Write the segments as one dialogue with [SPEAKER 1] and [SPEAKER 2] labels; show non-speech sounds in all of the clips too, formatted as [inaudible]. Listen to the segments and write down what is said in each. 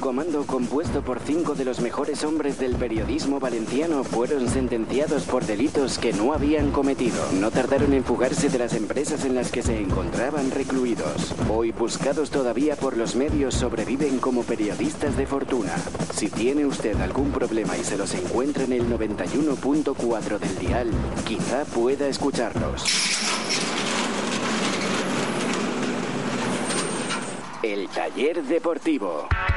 [SPEAKER 1] comando compuesto por cinco de los mejores hombres del periodismo valenciano fueron sentenciados por delitos que no habían cometido. No tardaron en fugarse de las empresas en las que se encontraban recluidos. Hoy buscados todavía por los medios sobreviven como periodistas de fortuna. Si tiene usted algún problema y se los encuentra en el 91.4 del dial, quizá pueda escucharlos. El taller deportivo.
[SPEAKER 2] uh.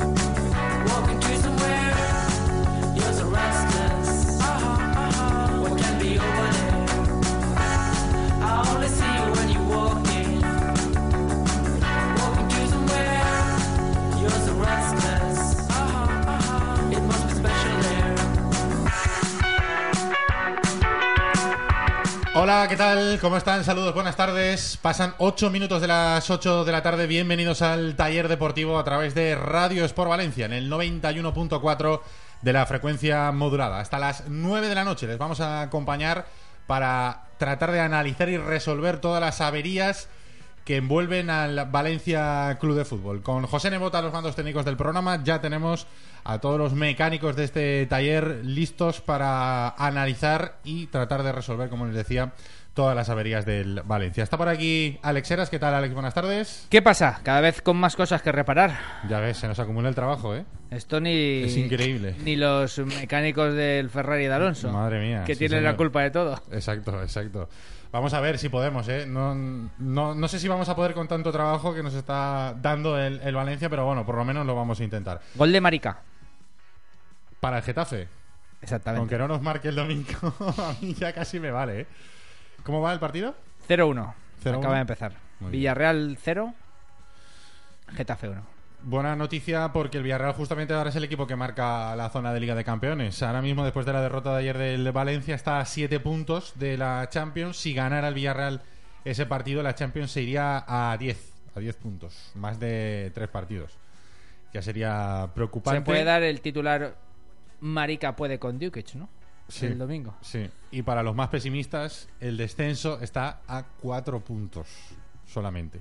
[SPEAKER 2] Uh-huh, Uh-huh,
[SPEAKER 3] Hola, ¿qué tal? ¿Cómo están? Saludos, buenas tardes. Pasan 8 minutos de las 8 de la tarde. Bienvenidos al taller deportivo a través de Radio Sport Valencia en el 91.4 de la frecuencia modulada. Hasta las 9 de la noche les vamos a acompañar para tratar de analizar y resolver todas las averías que envuelven al Valencia Club de Fútbol. Con José Nebota, los mandos técnicos del programa, ya tenemos a todos los mecánicos de este taller listos para analizar y tratar de resolver, como les decía, todas las averías del Valencia. Está por aquí Alex Heras. ¿Qué tal, Alex? Buenas tardes.
[SPEAKER 4] ¿Qué pasa? Cada vez con más cosas que reparar.
[SPEAKER 3] Ya ves, se nos acumula el trabajo, ¿eh?
[SPEAKER 4] Esto ni.
[SPEAKER 3] Es increíble.
[SPEAKER 4] Ni los mecánicos del Ferrari de Alonso.
[SPEAKER 3] Madre mía.
[SPEAKER 4] Que
[SPEAKER 3] sí,
[SPEAKER 4] tienen la
[SPEAKER 3] señor.
[SPEAKER 4] culpa de todo.
[SPEAKER 3] Exacto, exacto. Vamos a ver si podemos, ¿eh? No, no, no sé si vamos a poder con tanto trabajo que nos está dando el, el Valencia, pero bueno, por lo menos lo vamos a intentar.
[SPEAKER 4] Gol de Marica.
[SPEAKER 3] Para el Getafe,
[SPEAKER 4] Exactamente.
[SPEAKER 3] aunque no nos marque el domingo, [laughs] a mí ya casi me vale, ¿eh? ¿Cómo va el partido?
[SPEAKER 4] 0-1.
[SPEAKER 3] 0-1.
[SPEAKER 4] Acaba de empezar.
[SPEAKER 3] Muy bien.
[SPEAKER 4] Villarreal 0. Getafe 1.
[SPEAKER 3] Buena noticia porque el Villarreal justamente ahora es el equipo que marca la zona de Liga de Campeones. Ahora mismo, después de la derrota de ayer del Valencia, está a 7 puntos de la Champions. Si ganara el Villarreal ese partido, la Champions se iría a 10, a 10 puntos, más de 3 partidos. Ya sería preocupante.
[SPEAKER 4] Se puede dar el titular Marica puede con Dukic, ¿no?
[SPEAKER 3] Sí.
[SPEAKER 4] El domingo.
[SPEAKER 3] Sí. Y para los más pesimistas, el descenso está a 4 puntos solamente.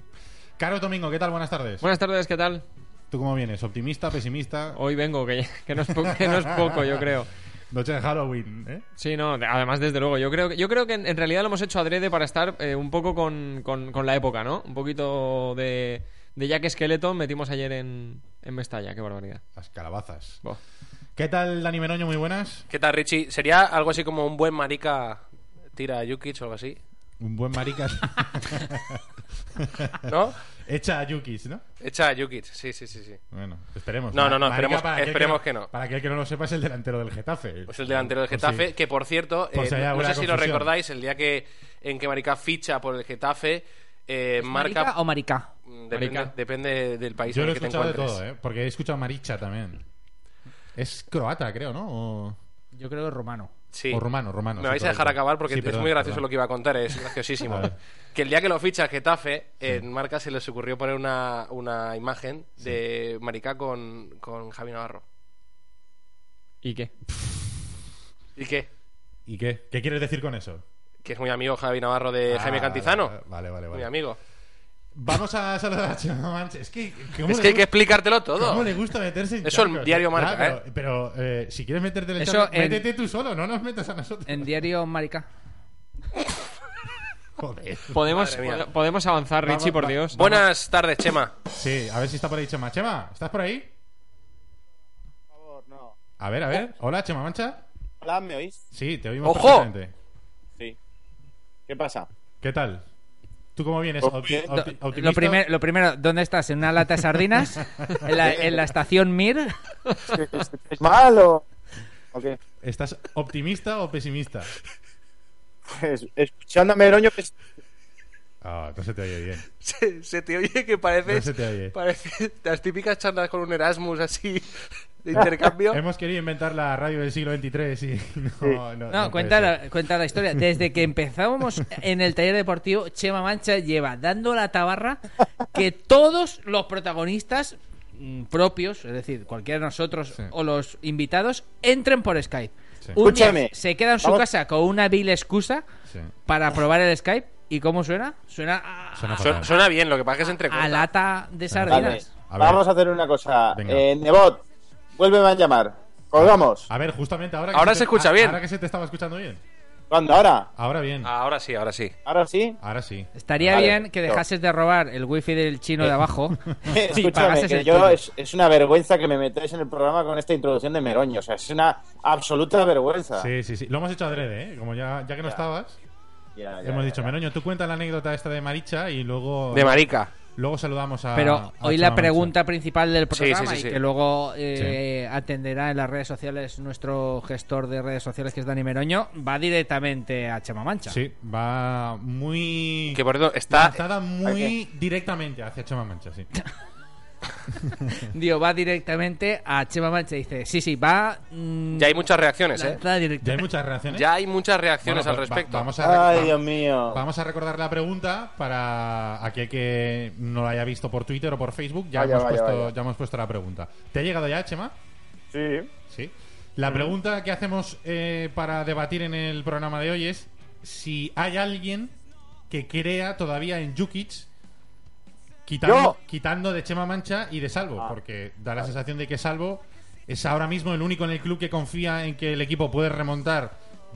[SPEAKER 3] Caro Domingo, ¿qué tal? Buenas tardes.
[SPEAKER 5] Buenas tardes, ¿qué tal?
[SPEAKER 3] ¿Tú cómo vienes? ¿Optimista, pesimista?
[SPEAKER 6] Oh.
[SPEAKER 5] Hoy vengo, que, [laughs] que no, es po- que no es poco, yo creo.
[SPEAKER 3] Noche de Halloween, ¿eh?
[SPEAKER 5] Sí, no, de- además, desde luego, yo creo que, yo creo que en, en realidad lo hemos hecho adrede para estar eh, un poco con, con- con la época, ¿no? Un poquito de, de Jack Skeleton metimos ayer en, en Mestalla, qué barbaridad.
[SPEAKER 3] Las calabazas.
[SPEAKER 5] Buah.
[SPEAKER 3] ¿Qué tal, Dani Meroño? Muy buenas.
[SPEAKER 6] ¿Qué tal, Richie? ¿Sería algo así como un buen marica tira a Yukich o algo así?
[SPEAKER 3] Un buen
[SPEAKER 6] [laughs]
[SPEAKER 3] marica. [laughs]
[SPEAKER 6] ¿No?
[SPEAKER 3] Hecha a Yukis, ¿no?
[SPEAKER 6] Echa a Yukich, sí, sí, sí, sí.
[SPEAKER 3] Bueno, esperemos.
[SPEAKER 6] No,
[SPEAKER 3] Ma-
[SPEAKER 6] no, no,
[SPEAKER 3] marica,
[SPEAKER 6] esperemos-
[SPEAKER 3] aquel
[SPEAKER 6] esperemos que no.
[SPEAKER 3] Para aquel que no lo sepa, es el delantero del Getafe. Pues
[SPEAKER 6] Es Pues el delantero del
[SPEAKER 3] Por
[SPEAKER 6] Getafe,
[SPEAKER 3] si-
[SPEAKER 6] que por cierto,
[SPEAKER 3] por
[SPEAKER 6] eh,
[SPEAKER 3] si hay
[SPEAKER 6] no
[SPEAKER 3] alguna
[SPEAKER 6] sé si lo
[SPEAKER 3] confusión.
[SPEAKER 6] recordáis, el día que en que Marica ficha por el Getafe, eh,
[SPEAKER 4] ¿Es
[SPEAKER 6] marca...
[SPEAKER 4] ¿Marica o Marica?
[SPEAKER 6] Mm, depende,
[SPEAKER 5] Marica.
[SPEAKER 6] depende del país
[SPEAKER 3] Yo
[SPEAKER 6] en
[SPEAKER 3] lo he
[SPEAKER 6] el que te
[SPEAKER 3] escuchado de
[SPEAKER 6] encuentres.
[SPEAKER 3] todo, ¿eh? Porque he escuchado Maricha también. Es croata, creo, ¿no? O,
[SPEAKER 4] Yo creo que romano.
[SPEAKER 6] Sí.
[SPEAKER 3] o rumano, rumano. sí,
[SPEAKER 6] Me vais a
[SPEAKER 3] correcto.
[SPEAKER 6] dejar acabar porque
[SPEAKER 3] Sí,
[SPEAKER 6] es
[SPEAKER 3] perdón,
[SPEAKER 6] muy gracioso
[SPEAKER 3] perdón.
[SPEAKER 6] lo que iba a contar, es graciosísimo.
[SPEAKER 3] A ver.
[SPEAKER 6] que el día que lo ficha el Getafe, en Marca se les ocurrió poner una, una imagen de Marica con, con Javi Navarro.
[SPEAKER 5] ¿Y
[SPEAKER 6] [laughs]
[SPEAKER 5] qué?
[SPEAKER 6] ¿Y qué?
[SPEAKER 3] ¿Y qué? ¿Qué quieres decir con eso?
[SPEAKER 6] Que es muy amigo Javi Navarro de Eh, Jaime
[SPEAKER 3] Ah,
[SPEAKER 6] Cantizano.
[SPEAKER 3] Vale, vale,
[SPEAKER 6] Muy
[SPEAKER 3] vale.
[SPEAKER 6] amigo.
[SPEAKER 3] Vamos a saludar a Chema Mancha. Es que. ¿cómo
[SPEAKER 6] Es
[SPEAKER 3] le
[SPEAKER 6] que hay
[SPEAKER 3] gusta-
[SPEAKER 6] que explicártelo
[SPEAKER 3] ¿Cómo
[SPEAKER 6] todo.
[SPEAKER 3] le gusta meterse en
[SPEAKER 6] Eso el
[SPEAKER 3] charcos?
[SPEAKER 6] diario Marca,
[SPEAKER 3] Claro, Pero, pero, eh, si quieres meterte en el
[SPEAKER 4] Eso
[SPEAKER 3] charco,
[SPEAKER 4] en-
[SPEAKER 3] métete tú solo, no nos metas a nosotros.
[SPEAKER 4] En diario Marica.
[SPEAKER 3] Joder.
[SPEAKER 5] Podemos,
[SPEAKER 6] Madre mía.
[SPEAKER 5] podemos avanzar,
[SPEAKER 3] Vamos,
[SPEAKER 5] Richie, por
[SPEAKER 3] va-
[SPEAKER 5] Dios.
[SPEAKER 6] Buenas tardes, Chema.
[SPEAKER 3] Sí, a ver si está por ahí Chema. Chema, ¿estás por ahí? Por favor, no. A ver, a ver. Hola, Chema Mancha.
[SPEAKER 7] Hola, ¿me oís?
[SPEAKER 3] Sí, te oímos
[SPEAKER 6] Oh. ¡Ojo!
[SPEAKER 3] perfectamente.
[SPEAKER 7] Sí. ¿Qué pasa?
[SPEAKER 3] ¿Qué tal? ¿Tú cómo vienes?
[SPEAKER 7] Pues
[SPEAKER 3] Opti-
[SPEAKER 7] bien.
[SPEAKER 3] opti-
[SPEAKER 4] Do-
[SPEAKER 3] optimista.
[SPEAKER 4] lo, primer- lo primero, ¿dónde estás? ¿En
[SPEAKER 3] [laughs]
[SPEAKER 4] una lata de sardinas? ¿En la, en la estación Mir?
[SPEAKER 7] ¿Es malo? ¿O qué?
[SPEAKER 3] ¿Estás optimista o pesimista?
[SPEAKER 7] Es- Escuchando a Meroño, pues,
[SPEAKER 3] Ah, no se te oye bien.
[SPEAKER 6] [laughs] Se, se te oye que
[SPEAKER 3] No
[SPEAKER 6] pareces,
[SPEAKER 3] se te oye.
[SPEAKER 6] pareces las típicas charlas con un Erasmus así de
[SPEAKER 3] [laughs]
[SPEAKER 6] intercambio.
[SPEAKER 3] Hemos querido inventar la radio del siglo XXIII y [laughs] no, no, no
[SPEAKER 4] No,
[SPEAKER 3] puede
[SPEAKER 4] cuenta
[SPEAKER 3] ser.
[SPEAKER 4] la, cuenta la historia. Desde que empezamos en el taller deportivo, Chema Mancha lleva dando la tabarra que todos los protagonistas mm, propios, es decir, cualquiera de nosotros
[SPEAKER 3] Sí.
[SPEAKER 4] o los invitados, entren por Skype.
[SPEAKER 3] Sí.
[SPEAKER 4] Un día
[SPEAKER 7] Escúchame.
[SPEAKER 4] se queda en su
[SPEAKER 7] Vamos.
[SPEAKER 4] casa con una vil excusa
[SPEAKER 3] Sí.
[SPEAKER 4] para probar el Skype. ¿Y cómo suena? Suena a,
[SPEAKER 3] Suena fatal.
[SPEAKER 4] a-
[SPEAKER 6] Suena, suena bien, lo que pasa es que se entrecorta.
[SPEAKER 4] a lata de
[SPEAKER 7] vale.
[SPEAKER 4] sardinas.
[SPEAKER 3] A ver.
[SPEAKER 7] Vamos a hacer una cosa.
[SPEAKER 3] Venga.
[SPEAKER 7] Eh, Nebot, vuélveme a llamar. Colgamos.
[SPEAKER 3] A ver, justamente ahora.
[SPEAKER 6] Ahora se escucha
[SPEAKER 3] a-
[SPEAKER 6] bien. Ah.
[SPEAKER 3] Ahora que se te estaba escuchando bien.
[SPEAKER 7] ¿Cuándo? ¿Ahora?
[SPEAKER 3] Ahora bien.
[SPEAKER 6] Ahora sí, ahora sí.
[SPEAKER 4] [laughs]
[SPEAKER 7] ¿Ahora sí?
[SPEAKER 3] Ahora sí.
[SPEAKER 4] Estaría
[SPEAKER 7] Vale.
[SPEAKER 4] bien que dejases de robar el wifi del chino de
[SPEAKER 7] [laughs]
[SPEAKER 4] abajo. y
[SPEAKER 7] Escúchame,
[SPEAKER 4] pagases
[SPEAKER 7] que
[SPEAKER 4] el
[SPEAKER 7] yo
[SPEAKER 4] tuyo.
[SPEAKER 7] es, es una vergüenza que me metáis en el programa con esta introducción de Meroño. O sea, es una absoluta vergüenza.
[SPEAKER 3] Sí, sí, sí. Lo hemos hecho adrede, ¿eh? Como ya, ya que no estabas,
[SPEAKER 7] Ya, ya,
[SPEAKER 3] hemos
[SPEAKER 7] ya,
[SPEAKER 3] dicho,
[SPEAKER 7] ya.
[SPEAKER 3] Meroño, tú cuenta la anécdota esta de Maricha y luego.
[SPEAKER 6] De marica.
[SPEAKER 3] Luego saludamos a.
[SPEAKER 4] Pero
[SPEAKER 3] a
[SPEAKER 4] hoy
[SPEAKER 3] Chema
[SPEAKER 4] la pregunta principal del
[SPEAKER 6] Sí, sí,
[SPEAKER 4] programa
[SPEAKER 6] sí, sí.
[SPEAKER 4] y que luego eh, atenderá en las redes sociales nuestro gestor de redes sociales que es Dani Meroño va directamente a Chema
[SPEAKER 3] Mancha.
[SPEAKER 4] Mancha.
[SPEAKER 3] Sí, va muy.
[SPEAKER 6] Que por cierto, está.
[SPEAKER 3] lanzada muy directamente hacia Chema Mancha,
[SPEAKER 6] [laughs]
[SPEAKER 3] sí.
[SPEAKER 4] Digo, va directamente a Chema Mancha y dice, sí, sí, va... mm,
[SPEAKER 6] Ya hay muchas reacciones, ¿eh?
[SPEAKER 4] lanzada
[SPEAKER 3] Ya hay
[SPEAKER 4] directamente.
[SPEAKER 3] muchas reacciones.
[SPEAKER 6] Ya hay muchas
[SPEAKER 3] Bueno,
[SPEAKER 6] reacciones
[SPEAKER 3] pues
[SPEAKER 6] al
[SPEAKER 3] va-
[SPEAKER 6] respecto.
[SPEAKER 3] vamos, a,
[SPEAKER 7] Ay,
[SPEAKER 3] va-
[SPEAKER 7] Dios mío.
[SPEAKER 3] vamos a recordar la pregunta para aquel que no la haya visto por Twitter o por Facebook. Ya,
[SPEAKER 7] Vaya,
[SPEAKER 3] hemos,
[SPEAKER 7] vaya,
[SPEAKER 3] puesto,
[SPEAKER 7] vaya.
[SPEAKER 3] ya hemos puesto la pregunta. ¿Te ha llegado ya, Chema?
[SPEAKER 7] Sí.
[SPEAKER 3] Sí. La pregunta que hacemos eh, para debatir en el programa de hoy es si hay alguien que crea todavía en Jukic quitando,
[SPEAKER 7] ¡Yo!
[SPEAKER 3] quitando de Chema Mancha y de Salvo,
[SPEAKER 7] Ah,
[SPEAKER 3] porque da la sensación de que Salvo es ahora mismo el único en el club que confía en que el equipo puede remontar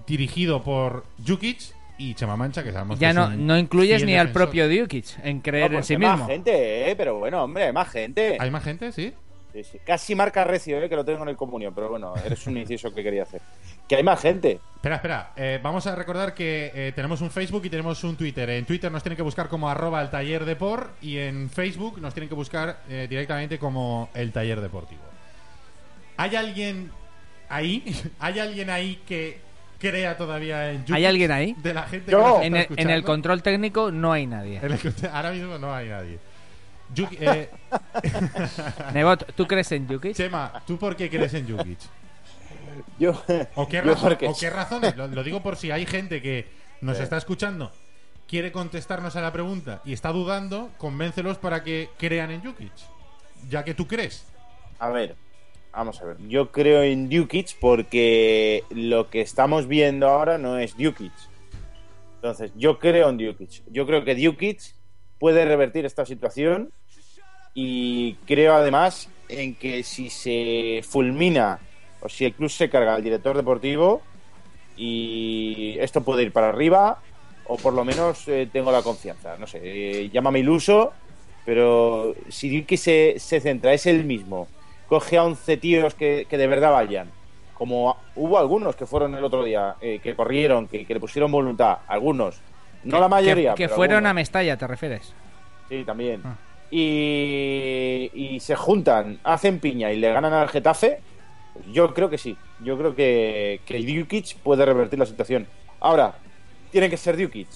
[SPEAKER 3] dirigido por Jukic y Chema Mancha, que sabemos que
[SPEAKER 4] Ya
[SPEAKER 3] es
[SPEAKER 4] no,
[SPEAKER 3] un
[SPEAKER 4] no incluyes
[SPEAKER 3] fiel
[SPEAKER 4] ni al
[SPEAKER 3] defensor.
[SPEAKER 4] propio Dukic en
[SPEAKER 7] No,
[SPEAKER 4] creer en
[SPEAKER 6] pues
[SPEAKER 7] porque
[SPEAKER 4] sí
[SPEAKER 7] Ah, pues hay
[SPEAKER 4] mismo.
[SPEAKER 7] Más gente, eh, pero bueno, hombre, hay más gente.
[SPEAKER 3] ¿Hay más gente? ¿Sí?
[SPEAKER 7] Sí, sí. Casi marca recio, eh, que lo tengo en el comunión, pero bueno, eres un inciso que quería hacer. Que hay más gente.
[SPEAKER 3] Espera, espera. Eh, vamos a recordar que eh, tenemos un Facebook y tenemos un Twitter. En Twitter nos tienen que buscar como arroba el taller de por y en Facebook nos tienen que buscar eh, directamente como el taller deportivo. ¿Hay alguien ahí? [laughs] ¿Hay alguien ahí que crea todavía en YouTube?
[SPEAKER 4] ¿Hay alguien ahí?
[SPEAKER 3] De la gente
[SPEAKER 7] Yo.
[SPEAKER 3] que nos está
[SPEAKER 4] En el, en el
[SPEAKER 3] escuchando.
[SPEAKER 4] control técnico no
[SPEAKER 3] [laughs]
[SPEAKER 4] hay nadie.
[SPEAKER 3] En el control- Ahora mismo no hay nadie. Yuki- eh,
[SPEAKER 4] Nebot, ¿tú crees en Dukic?
[SPEAKER 3] Chema, ¿tú por qué crees en Jukic?
[SPEAKER 7] Yo,
[SPEAKER 3] [laughs] ¿O qué,
[SPEAKER 7] yo
[SPEAKER 3] razón-
[SPEAKER 7] porque-
[SPEAKER 3] o qué razones? Lo, lo digo por si hay gente que nos está escuchando, quiere contestarnos a la pregunta y está dudando, convéncelos para que crean en Jukic. Ya que tú crees.
[SPEAKER 7] A ver, vamos a ver. Yo creo en Dukic porque lo que estamos viendo ahora no es Dukic. Entonces, yo creo en Dukic. Yo creo que Dukic puede revertir esta situación y creo además en que si se fulmina o si el club se carga al director deportivo y esto puede ir para arriba o por lo menos eh, tengo la confianza. No sé, eh, llámame iluso, pero si Dukic se, se centra, es el mismo coge a 11 tíos que, que de verdad vayan. Como a- hubo algunos que fueron el otro día, eh, que corrieron, que, que le pusieron voluntad, algunos. No la mayoría.
[SPEAKER 4] Que, que
[SPEAKER 7] pero
[SPEAKER 4] fueron a
[SPEAKER 7] algunos.
[SPEAKER 4] Mestalla, ¿te refieres?
[SPEAKER 7] Sí, también.
[SPEAKER 4] Ah.
[SPEAKER 7] Y, y se juntan, hacen piña y le ganan al Getafe. Yo creo que sí. Yo creo que, que Dukic puede revertir la situación. Ahora, tiene que ser Dukic.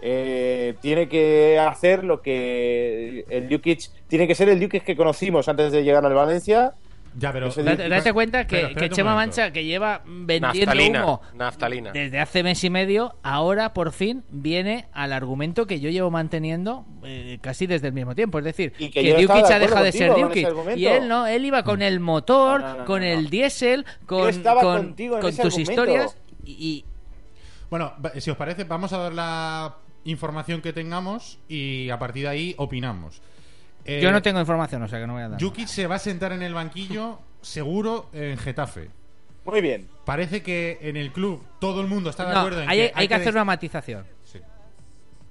[SPEAKER 7] Eh, tiene que hacer lo que el Dukic. Tiene que ser el Dukic que conocimos antes de llegar al Valencia.
[SPEAKER 3] Ya, pero.
[SPEAKER 7] Ese
[SPEAKER 4] Date,
[SPEAKER 7] Dukic-
[SPEAKER 4] date cuenta que,
[SPEAKER 3] Pero
[SPEAKER 4] que
[SPEAKER 3] espérate un
[SPEAKER 4] Chema
[SPEAKER 3] momento.
[SPEAKER 4] Mancha, que lleva vendiendo
[SPEAKER 6] Naftalina.
[SPEAKER 4] humo
[SPEAKER 6] Naftalina.
[SPEAKER 4] desde hace mes y medio, ahora por fin viene al argumento que yo llevo manteniendo eh, casi desde el mismo tiempo. Es decir,
[SPEAKER 7] Y
[SPEAKER 4] que,
[SPEAKER 7] que yo estaba
[SPEAKER 4] Dukic
[SPEAKER 7] de
[SPEAKER 4] ha
[SPEAKER 7] acuerdo
[SPEAKER 4] dejado de ser
[SPEAKER 7] contigo con ese
[SPEAKER 4] Dukic.
[SPEAKER 7] argumento.
[SPEAKER 4] Y él no, él iba con el motor,
[SPEAKER 7] No, no, no,
[SPEAKER 4] con
[SPEAKER 7] no,
[SPEAKER 4] el
[SPEAKER 7] no.
[SPEAKER 4] diésel, con,
[SPEAKER 7] estaba
[SPEAKER 4] con-
[SPEAKER 7] contigo en
[SPEAKER 4] con tus
[SPEAKER 7] ese argumento.
[SPEAKER 4] historias. Y,
[SPEAKER 3] Bueno, va- si os parece, vamos a dar la información que tengamos y a partir de ahí opinamos.
[SPEAKER 4] y
[SPEAKER 3] Eh,
[SPEAKER 4] yo no tengo información, o sea que no voy a dar.
[SPEAKER 3] Jukic se va a sentar en el banquillo, seguro, en Getafe.
[SPEAKER 7] Muy bien.
[SPEAKER 3] Parece que en el club todo el mundo está de
[SPEAKER 4] No,
[SPEAKER 3] acuerdo en
[SPEAKER 4] hay,
[SPEAKER 3] que.
[SPEAKER 4] hay que hacer
[SPEAKER 3] des-
[SPEAKER 4] una matización.
[SPEAKER 3] Sí.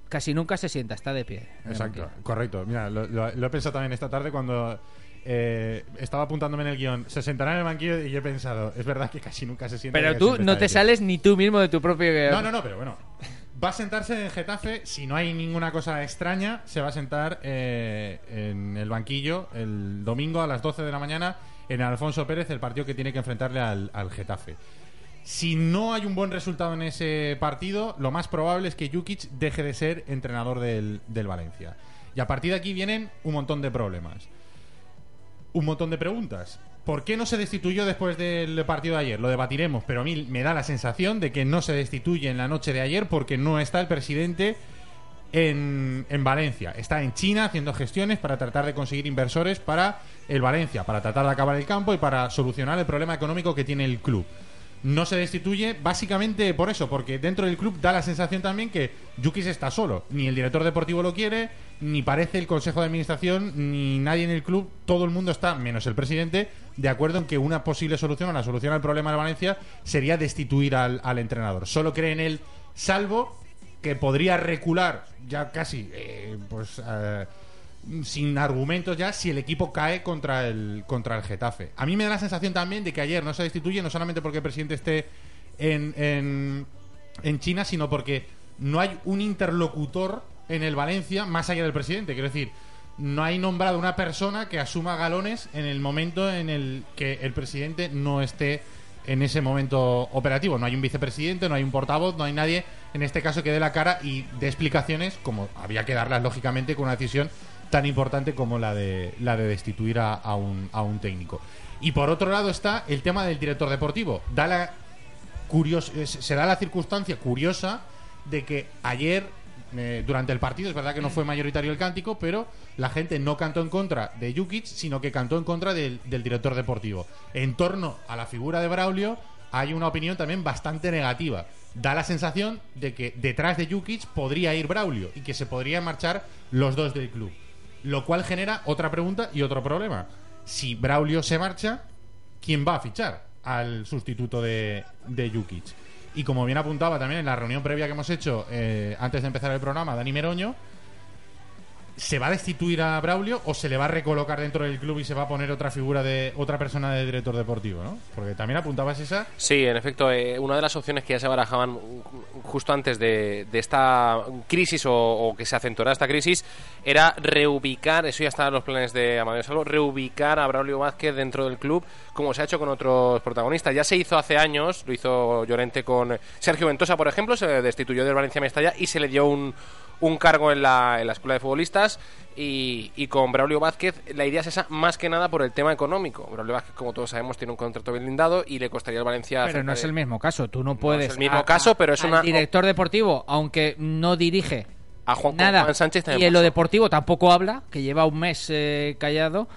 [SPEAKER 4] Casi nunca se sienta, está de pie.
[SPEAKER 3] Exacto, correcto. Mira, lo, lo- lo he pensado también esta tarde cuando eh, estaba apuntándome en el guión. Se sentará en el banquillo y yo he pensado, es verdad que casi nunca se sienta.
[SPEAKER 4] Pero
[SPEAKER 3] que
[SPEAKER 4] tú
[SPEAKER 3] siempre
[SPEAKER 4] no
[SPEAKER 3] está
[SPEAKER 4] te
[SPEAKER 3] ahí.
[SPEAKER 4] sales ni tú mismo de tu propio guión.
[SPEAKER 3] No, no, no, pero bueno. Va a sentarse en Getafe, si no hay ninguna cosa extraña, se va a sentar eh, en el banquillo el domingo a las 12 de la mañana en Alfonso Pérez el partido que tiene que enfrentarle al, al Getafe. Si no hay un buen resultado en ese partido, lo más probable es que Jukic deje de ser entrenador del, del Valencia. Y a partir de aquí vienen un montón de problemas. Un montón de preguntas. ¿Por qué no se destituyó después del partido de ayer? Lo debatiremos, pero a mí me da la sensación de que no se destituye en la noche de ayer porque no está el presidente en, en Valencia. Está en China haciendo gestiones para tratar de conseguir inversores para el Valencia, para tratar de acabar el campo y para solucionar el problema económico que tiene el club. No se destituye básicamente por eso, porque dentro del club da la sensación también que Yukis está solo. Ni el director deportivo lo quiere, ni parece el consejo de administración, ni nadie en el club. Todo el mundo está, menos el presidente, de acuerdo en que una posible solución o la solución al problema de Valencia sería destituir al, al entrenador. Solo cree en él, salvo que podría recular ya casi eh, pues eh, sin argumentos ya si el equipo cae contra el contra el Getafe. A mí me da la sensación también de que ayer no se destituye no solamente porque el presidente esté en, en, en China, sino porque no hay un interlocutor en el Valencia más allá del presidente. Quiero decir, no hay nombrado una persona que asuma galones en el momento en el que el presidente no esté en ese momento operativo. No hay un vicepresidente, no hay un portavoz, no hay nadie en este caso que dé la cara y dé explicaciones, como había que darlas lógicamente con una decisión tan importante como la de, la de destituir a, a un, a un técnico. Y por otro lado está el tema del director deportivo. Da la curios- eh, se se da la circunstancia curiosa de que ayer, eh, durante el partido, es verdad que no fue mayoritario el cántico, pero la gente no cantó en contra de Jukic, sino que cantó en contra del, del director deportivo. En torno a la figura de Braulio hay una opinión también bastante negativa. Da la sensación de que detrás de Jukic podría ir Braulio y que se podrían marchar los dos del club. Lo cual genera otra pregunta y otro problema. Si Braulio se marcha, quién va a fichar al sustituto de, de Jukic. Y como bien apuntaba también en la reunión previa que hemos hecho eh, antes de empezar el programa, Dani Meroño, ¿se va a destituir a Braulio o se le va a recolocar dentro del club y se va a poner otra figura de otra persona de director deportivo? ¿no? Porque también apuntabas esa.
[SPEAKER 6] Sí, en efecto, eh, una de las opciones que ya se barajaban justo antes de, de esta crisis o, o que se acentuara esta crisis era reubicar, eso ya estaba en los planes de Amadeo Salvo, reubicar a Braulio Vázquez dentro del club, como se ha hecho con otros protagonistas. Ya se hizo hace años, lo hizo Llorente con Sergio Ventosa, por ejemplo, se le destituyó del Valencia Mestalla y se le dio un, un cargo en la, en la escuela de futbolistas y, y con Braulio Vázquez la idea es esa más que nada por el tema económico. Braulio Vázquez, como todos sabemos, tiene un contrato bien blindado y le costaría al Valencia...
[SPEAKER 4] Pero no
[SPEAKER 6] cerca
[SPEAKER 4] es
[SPEAKER 6] de-
[SPEAKER 4] el mismo caso. Tú no puedes.
[SPEAKER 6] el mismo caso, pero es
[SPEAKER 4] al
[SPEAKER 6] una-
[SPEAKER 4] director deportivo, aunque no dirige
[SPEAKER 6] A Juan
[SPEAKER 4] nada.
[SPEAKER 6] Juan Sánchez
[SPEAKER 4] y
[SPEAKER 6] también.
[SPEAKER 4] en lo
[SPEAKER 6] pasó.
[SPEAKER 4] deportivo tampoco habla, que lleva un mes eh, callado.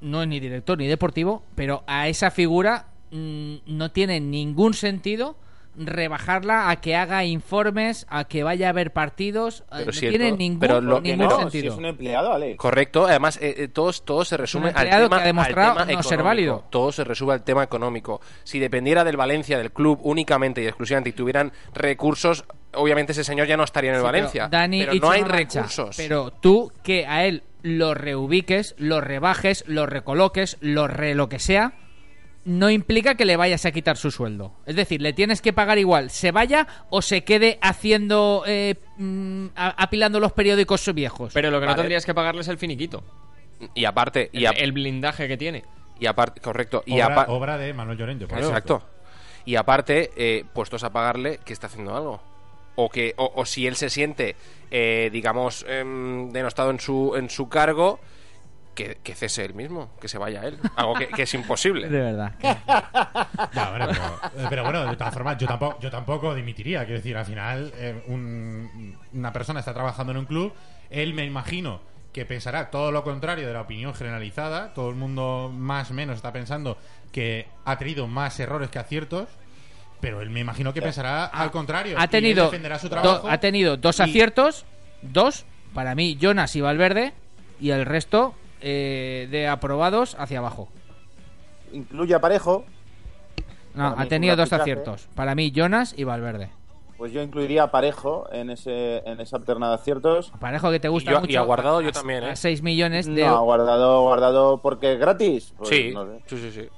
[SPEAKER 4] No es ni director ni deportivo, pero a esa figura mm, no tiene ningún sentido rebajarla a que haga informes, a que vaya a ver partidos. eh,
[SPEAKER 6] Pero
[SPEAKER 4] no
[SPEAKER 6] si el
[SPEAKER 4] tiene
[SPEAKER 6] todo-
[SPEAKER 4] ningún,
[SPEAKER 6] pero lo que
[SPEAKER 7] Que
[SPEAKER 4] ningún
[SPEAKER 7] no, si
[SPEAKER 4] sentido.
[SPEAKER 7] es un empleado, Alex.
[SPEAKER 6] Correcto, además eh, eh, todos, todo se resume al
[SPEAKER 4] empleado
[SPEAKER 6] tema,
[SPEAKER 4] que ha demostrado
[SPEAKER 6] al tema
[SPEAKER 4] no ser
[SPEAKER 6] económico.
[SPEAKER 4] válido.
[SPEAKER 6] Todo se resume al tema económico. Si dependiera del Valencia, del club únicamente y exclusivamente y tuvieran recursos, obviamente ese señor ya no estaría en el
[SPEAKER 4] Sí, pero
[SPEAKER 6] Valencia.
[SPEAKER 4] Dani
[SPEAKER 6] pero
[SPEAKER 4] y
[SPEAKER 6] no hay
[SPEAKER 4] Chema Mancha,
[SPEAKER 6] recursos.
[SPEAKER 4] Pero tú que a él lo reubiques, lo rebajes, lo recoloques, lo re lo que sea, no implica que le vayas a quitar su sueldo. Es decir, le tienes que pagar igual, se vaya o se quede haciendo, eh, mm, a- apilando los periódicos viejos.
[SPEAKER 5] Pero lo que no
[SPEAKER 6] Vale.
[SPEAKER 5] tendrías que pagarle es el finiquito.
[SPEAKER 6] Y aparte, y,
[SPEAKER 5] el,
[SPEAKER 6] a-
[SPEAKER 5] el blindaje que tiene.
[SPEAKER 6] y aparte, correcto, y
[SPEAKER 3] Obra,
[SPEAKER 6] aparte...
[SPEAKER 3] obra de Manuel Llorente, por
[SPEAKER 6] Exacto.
[SPEAKER 3] cierto.
[SPEAKER 6] Y aparte, eh, puestos a pagarle, que está haciendo algo. O, que, o, o si él se siente, eh, digamos, em, denostado en su, en su cargo, que, que cese él mismo, que se vaya él. Algo que, que
[SPEAKER 3] [laughs]
[SPEAKER 6] es
[SPEAKER 4] De
[SPEAKER 6] imposible.
[SPEAKER 4] verdad.
[SPEAKER 3] Ya, bueno, pero, eh, pero bueno, de todas formas, yo tampoco, yo tampoco dimitiría. Quiero decir, al final, eh, un- una persona está trabajando en un club, él me imagino que pensará todo lo contrario de la opinión generalizada. Todo el mundo más o menos está pensando que ha tenido más errores que aciertos. Pero él me imagino que pensará al contrario. y
[SPEAKER 4] Ha
[SPEAKER 3] él
[SPEAKER 4] tenido,
[SPEAKER 3] defenderá su
[SPEAKER 4] do-
[SPEAKER 3] trabajo
[SPEAKER 4] ha tenido dos
[SPEAKER 3] y-
[SPEAKER 4] aciertos, dos, para mí, Jonas y Valverde, y el resto eh, de aprobados hacia abajo.
[SPEAKER 7] Incluye a Parejo,
[SPEAKER 4] No,
[SPEAKER 7] Para
[SPEAKER 4] ha
[SPEAKER 7] mí,
[SPEAKER 4] tenido
[SPEAKER 7] Julián
[SPEAKER 4] dos
[SPEAKER 7] Pichaje.
[SPEAKER 4] aciertos. Para mí, Jonas y Valverde.
[SPEAKER 7] pues yo incluiría a Parejo en, ese, en esa alternada de aciertos.
[SPEAKER 4] Parejo que te gusta
[SPEAKER 6] Y yo- y
[SPEAKER 4] mucho.
[SPEAKER 6] a Guardado yo
[SPEAKER 4] A-
[SPEAKER 6] también, ¿eh?
[SPEAKER 4] A 6 millones de.
[SPEAKER 7] No, guardado, guardado porque es gratis. Pues
[SPEAKER 6] Sí,
[SPEAKER 7] no sé.
[SPEAKER 6] sí, sí, sí.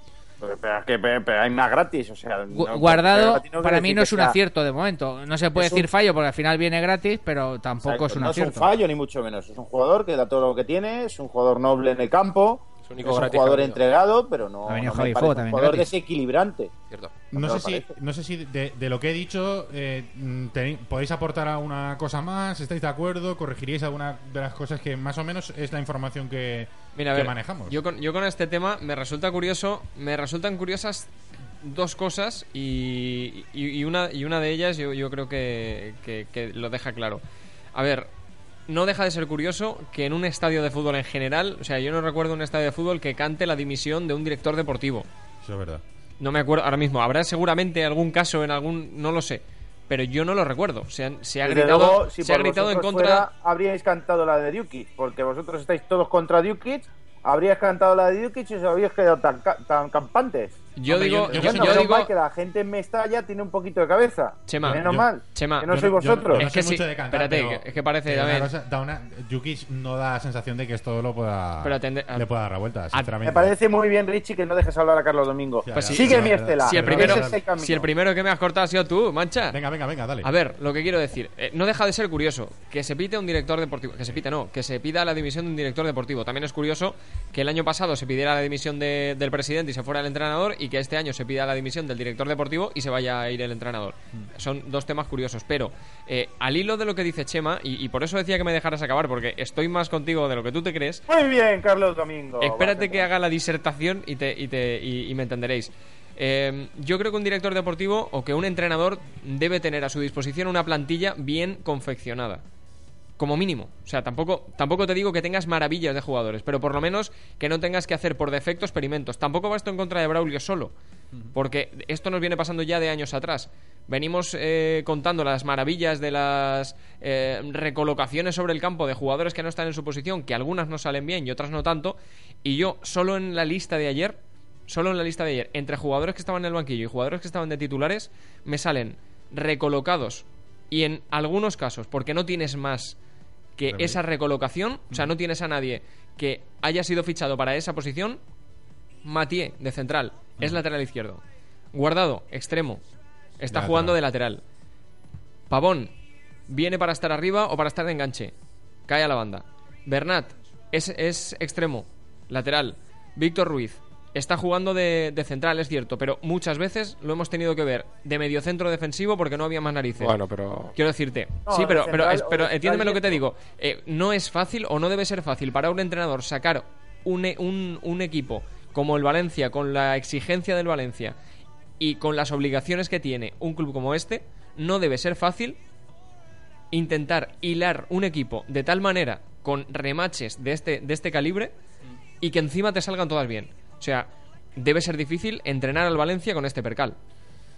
[SPEAKER 7] Pero, pero es que pero- pero hay más gratis, o sea.
[SPEAKER 4] Gu-
[SPEAKER 7] no-
[SPEAKER 4] guardado,
[SPEAKER 7] gratis no
[SPEAKER 4] para
[SPEAKER 7] quiere
[SPEAKER 4] mí
[SPEAKER 7] decir
[SPEAKER 4] no
[SPEAKER 7] que
[SPEAKER 4] es un
[SPEAKER 7] sea-
[SPEAKER 4] acierto de momento. No se puede
[SPEAKER 7] Es un-
[SPEAKER 4] decir fallo porque al final viene gratis, pero
[SPEAKER 7] o sea,
[SPEAKER 4] tampoco es un
[SPEAKER 7] no
[SPEAKER 4] acierto.
[SPEAKER 7] es un fallo, ni mucho menos. Es un jugador que da todo lo que tiene, es un jugador noble en el campo.
[SPEAKER 6] Es
[SPEAKER 7] Es
[SPEAKER 6] único
[SPEAKER 7] un
[SPEAKER 6] gratis
[SPEAKER 7] jugador
[SPEAKER 6] que ha venido.
[SPEAKER 7] entregado, pero no,
[SPEAKER 4] Ha venido
[SPEAKER 7] no me
[SPEAKER 4] Javi
[SPEAKER 7] parece
[SPEAKER 4] Fo
[SPEAKER 7] un
[SPEAKER 4] también
[SPEAKER 7] jugador
[SPEAKER 4] gratis.
[SPEAKER 7] desequilantante.
[SPEAKER 6] Cierto.
[SPEAKER 3] No
[SPEAKER 7] ¿No
[SPEAKER 3] sé, si,
[SPEAKER 7] te parece?
[SPEAKER 3] no sé si de, de lo que he dicho eh, mm, tenéis- podéis aportar alguna cosa más, estáis de acuerdo, corregiríais alguna de las cosas que más o menos es la información que,
[SPEAKER 5] Mira, a
[SPEAKER 3] que
[SPEAKER 5] ver,
[SPEAKER 3] manejamos.
[SPEAKER 5] Yo con, yo con este tema me resulta curioso, me resultan curiosas dos cosas y, y- y una, y una de ellas yo, yo creo que, que- que lo deja claro. A ver, no deja de ser curioso que en un estadio de fútbol en general, o sea, yo no recuerdo un estadio de fútbol que cante la dimisión de un director deportivo.
[SPEAKER 3] Eso es verdad.
[SPEAKER 5] No me acuerdo ahora mismo, habrá seguramente algún caso en algún, no lo sé. Pero yo no lo recuerdo. Se, han- se ha
[SPEAKER 7] Desde
[SPEAKER 5] gritado,
[SPEAKER 7] luego, si
[SPEAKER 5] se ha
[SPEAKER 7] por
[SPEAKER 5] gritado en
[SPEAKER 7] vosotros
[SPEAKER 5] contra.
[SPEAKER 7] fuera, habríais cantado la de Dukic, porque vosotros estáis todos contra Dukic, habríais cantado la de Dukic y os habríais quedado tan, ca- tan campantes.
[SPEAKER 5] Yo
[SPEAKER 3] Hombre,
[SPEAKER 5] digo,
[SPEAKER 3] yo- yo
[SPEAKER 5] yo-
[SPEAKER 3] no
[SPEAKER 7] Bueno,
[SPEAKER 5] yo
[SPEAKER 7] menos
[SPEAKER 5] digo-
[SPEAKER 7] mal que la gente en Mestalla tiene un poquito de cabeza.
[SPEAKER 5] Chema,
[SPEAKER 7] menos
[SPEAKER 3] yo-
[SPEAKER 7] mal.
[SPEAKER 5] Chema,
[SPEAKER 7] que no
[SPEAKER 3] Yo
[SPEAKER 7] sois
[SPEAKER 3] yo-
[SPEAKER 7] vosotros.
[SPEAKER 3] yo no
[SPEAKER 5] Es que
[SPEAKER 3] sé mucho
[SPEAKER 5] sí,
[SPEAKER 3] de cantar,
[SPEAKER 5] espérate,
[SPEAKER 3] pero-
[SPEAKER 5] que- que parece,
[SPEAKER 3] pero
[SPEAKER 5] a
[SPEAKER 3] una
[SPEAKER 5] ver.
[SPEAKER 3] cosa- da una- Yukis no da la sensación de que esto lo pueda,
[SPEAKER 5] Pero atende-
[SPEAKER 3] le pueda dar la vuelta, sinceramente.
[SPEAKER 7] Me parece muy bien, Richie, que no dejes hablar a Carlos Domingo.
[SPEAKER 3] Ya,
[SPEAKER 5] Pues
[SPEAKER 3] ya,
[SPEAKER 5] sí.
[SPEAKER 7] Sigue
[SPEAKER 3] ya,
[SPEAKER 7] mi
[SPEAKER 3] ya,
[SPEAKER 7] estela.
[SPEAKER 5] Si el,
[SPEAKER 3] ya,
[SPEAKER 7] Pero
[SPEAKER 5] primero,
[SPEAKER 7] ese es el camino.
[SPEAKER 5] si el primero que me has cortado ha sido tú, mancha.
[SPEAKER 3] Venga, venga, venga, dale.
[SPEAKER 5] A ver, lo que quiero decir, eh, no deja de ser curioso que se pite un director deportivo, que se pite no, que se pida la dimisión de un director deportivo. También es curioso que el año pasado se pidiera la dimisión de- del presidente y se fuera el entrenador y que este año se pida la dimisión del director deportivo y se vaya a ir el entrenador.
[SPEAKER 3] Mm.
[SPEAKER 5] Son dos temas curiosos, pero eh, al hilo de lo que dice Chema, y, y por eso decía que me dejaras acabar, porque estoy más contigo de lo que tú te crees,
[SPEAKER 7] Muy bien, Carlos Domingo.
[SPEAKER 5] Espérate
[SPEAKER 7] Vale,
[SPEAKER 5] que haga la disertación y, te, y, te- y- y me entenderéis. Eh, yo creo que un director deportivo o que un entrenador debe tener a su disposición una plantilla bien confeccionada. Como mínimo. O sea, tampoco, tampoco te digo que tengas maravillas de jugadores, pero por lo menos que no tengas que hacer por defecto experimentos. Tampoco va esto en contra de Braulio solo, porque esto nos viene pasando ya de años atrás. Venimos eh, contando las maravillas de las eh, recolocaciones sobre el campo de jugadores que no están en su posición, que algunas no salen bien y otras no tanto. Y yo, solo en la lista de ayer, solo en la lista de ayer, entre jugadores que estaban en el banquillo y jugadores que estaban de titulares, me salen recolocados. Y en algunos casos, porque no tienes más que
[SPEAKER 3] Remedio.
[SPEAKER 5] esa recolocación, o sea, no tienes a nadie que haya sido fichado para esa posición, Matié, de central, es lateral izquierdo. Guardado, extremo, está
[SPEAKER 3] De
[SPEAKER 5] jugando
[SPEAKER 3] lateral.
[SPEAKER 5] de lateral. Pavón, viene para estar arriba o para estar de enganche. Cae a la banda. Bernat, es, es extremo, lateral. Víctor Ruiz, está jugando de, de central, es cierto, pero muchas veces lo hemos tenido que ver de mediocentro defensivo porque no había más narices.
[SPEAKER 6] Bueno, pero.
[SPEAKER 5] Quiero decirte,
[SPEAKER 7] No,
[SPEAKER 5] sí,
[SPEAKER 7] de
[SPEAKER 5] pero, pero,
[SPEAKER 7] central
[SPEAKER 5] es-
[SPEAKER 7] o
[SPEAKER 5] pero
[SPEAKER 7] de
[SPEAKER 5] entiéndeme lo que te digo.
[SPEAKER 7] central
[SPEAKER 5] Eh, no es fácil o no debe ser fácil para un entrenador sacar un, e- un- un equipo como el Valencia, con la exigencia del Valencia y con las obligaciones que tiene un club como este, no debe ser fácil intentar hilar un equipo de tal manera con remaches de este, de este calibre y que encima te salgan todas bien. O sea, debe ser difícil entrenar al Valencia con este percal.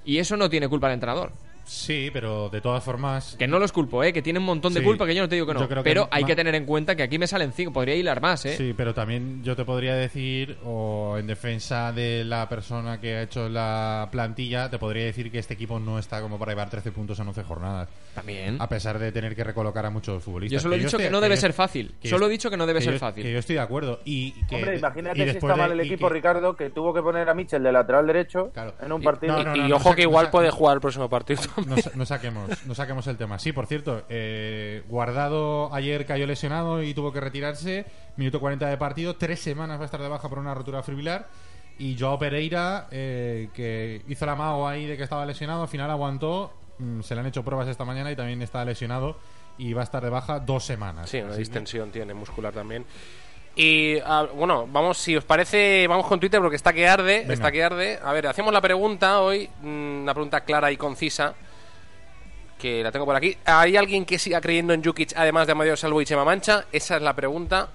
[SPEAKER 5] Y eso no tiene culpa el entrenador.
[SPEAKER 3] Sí, pero de todas formas,
[SPEAKER 5] Que no los culpo, ¿eh? Que tienen un montón de
[SPEAKER 3] Sí.
[SPEAKER 5] culpa, que yo no te digo que no.
[SPEAKER 3] Yo creo que
[SPEAKER 5] pero
[SPEAKER 3] ma-
[SPEAKER 5] hay que tener en cuenta que aquí me salen cinco. Podría hilar más, ¿eh?
[SPEAKER 3] Sí, pero también yo te podría decir, o en defensa de la persona que ha hecho la plantilla, te podría decir que este equipo no está como para llevar 13 puntos en 11 jornadas,
[SPEAKER 5] También.
[SPEAKER 3] a pesar de tener que recolocar a muchos futbolistas.
[SPEAKER 5] Yo solo he dicho
[SPEAKER 3] estoy-
[SPEAKER 5] que no debe
[SPEAKER 3] Ah, yo-
[SPEAKER 5] ser fácil.
[SPEAKER 3] que
[SPEAKER 5] Solo
[SPEAKER 3] yo-
[SPEAKER 5] he dicho que no debe
[SPEAKER 3] que
[SPEAKER 5] ser
[SPEAKER 3] yo-
[SPEAKER 5] fácil.
[SPEAKER 3] Que yo estoy de acuerdo. Y, y que,
[SPEAKER 7] Hombre, imagínate
[SPEAKER 3] y
[SPEAKER 7] si
[SPEAKER 3] después
[SPEAKER 7] está mal
[SPEAKER 3] de-
[SPEAKER 7] el
[SPEAKER 3] y
[SPEAKER 7] equipo,
[SPEAKER 3] que-
[SPEAKER 7] Ricardo, que tuvo que poner a Mitchell de lateral derecho
[SPEAKER 3] Claro.
[SPEAKER 7] en un
[SPEAKER 3] Y-
[SPEAKER 7] partido.
[SPEAKER 3] No, no,
[SPEAKER 6] y
[SPEAKER 3] no,
[SPEAKER 6] ojo
[SPEAKER 3] no
[SPEAKER 6] que
[SPEAKER 3] sa-
[SPEAKER 6] igual
[SPEAKER 3] no sa-
[SPEAKER 6] puede jugar el próximo partido.
[SPEAKER 3] No, sa- no saquemos, no saquemos el tema. Sí, por cierto, eh, Guardado ayer cayó lesionado y tuvo que retirarse. Minuto 40 de partido, tres semanas va a estar de baja por una rotura fibrilar. Y Joao Pereira, eh, que hizo la mago ahí de que estaba lesionado, al final aguantó. Mm, se le han hecho pruebas esta mañana y también está lesionado y va a estar de baja dos semanas.
[SPEAKER 6] Sí, una
[SPEAKER 3] Así que-
[SPEAKER 6] distensión tiene, muscular también. Y ah, bueno, vamos, si os parece, vamos con Twitter porque está que arde,
[SPEAKER 3] Venga.
[SPEAKER 6] está que arde. A ver, hacemos la pregunta hoy, mm, una pregunta clara y concisa, que la tengo por aquí. ¿Hay alguien que siga creyendo en Jukic además de Amadeo Salvo y Chema Mancha? Esa es la pregunta.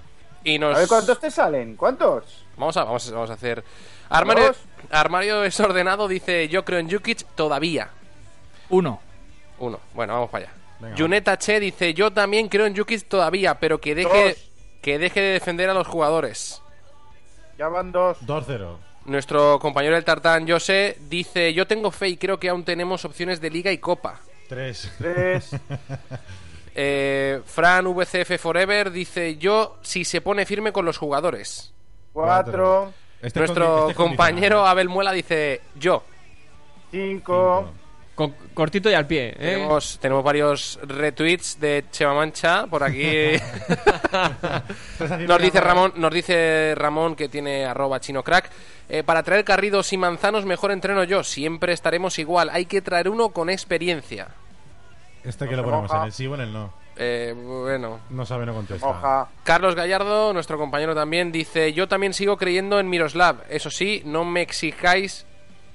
[SPEAKER 6] Y nos...
[SPEAKER 7] A ver cuántos te salen, ¿cuántos?
[SPEAKER 6] Vamos a, vamos a, vamos a hacer... Armario,
[SPEAKER 7] Dos.
[SPEAKER 6] armario desordenado dice, yo creo en Jukic todavía.
[SPEAKER 4] Uno.
[SPEAKER 6] Uno. Bueno, vamos para allá.
[SPEAKER 3] Venga.
[SPEAKER 6] Juneta Che dice, yo también creo en Jukic todavía, pero que deje,
[SPEAKER 7] Dos.
[SPEAKER 6] que deje de defender a los jugadores.
[SPEAKER 7] Ya van dos.
[SPEAKER 3] 2-0.
[SPEAKER 6] Nuestro compañero del Tartán, Jose, dice, yo tengo fe y creo que aún tenemos opciones de Liga y Copa.
[SPEAKER 3] 3.
[SPEAKER 7] Tres.
[SPEAKER 6] Eh, Fran VCF Forever dice, yo si se pone firme con los jugadores.
[SPEAKER 7] cuatro.
[SPEAKER 3] Este
[SPEAKER 6] Nuestro compañero Abel Muela dice, yo.
[SPEAKER 7] Cinco.
[SPEAKER 5] Con- cortito y al pie. ¿eh?
[SPEAKER 6] Tenemos, tenemos varios retweets de Chema Mancha por aquí. nos dice Ramón, nos dice Ramón que tiene arroba chino crack. eh, para traer carridos y manzanos, mejor entreno yo. Siempre estaremos igual. Hay que traer uno con experiencia.
[SPEAKER 3] Este que
[SPEAKER 7] No
[SPEAKER 3] lo
[SPEAKER 7] se
[SPEAKER 3] ponemos
[SPEAKER 7] moja.
[SPEAKER 3] en el sí o en el no.
[SPEAKER 6] Eh, bueno.
[SPEAKER 3] No sabe, no contesta.
[SPEAKER 7] Moja.
[SPEAKER 6] Carlos Gallardo, nuestro compañero también, dice: Yo también sigo creyendo en Miroslav. Eso sí, no me exijáis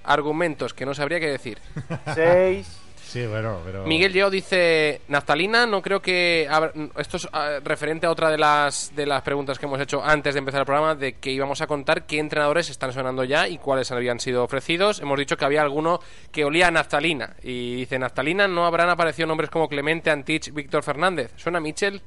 [SPEAKER 6] argumentos que no sabría qué decir.
[SPEAKER 4] [laughs]
[SPEAKER 7] 6.
[SPEAKER 3] Sí, bueno, pero.
[SPEAKER 6] Miguel Yeo dice Naftalina, no creo que abra- esto es ah, referente a otra de las de las preguntas que hemos hecho antes de empezar el programa de que íbamos a contar qué entrenadores están sonando ya y cuáles habían sido ofrecidos. Hemos dicho que había alguno que olía a Naftalina y dice Naftalina no habrán aparecido nombres como Clemente Antich, Víctor Fernández. ¿Suena Mitchell?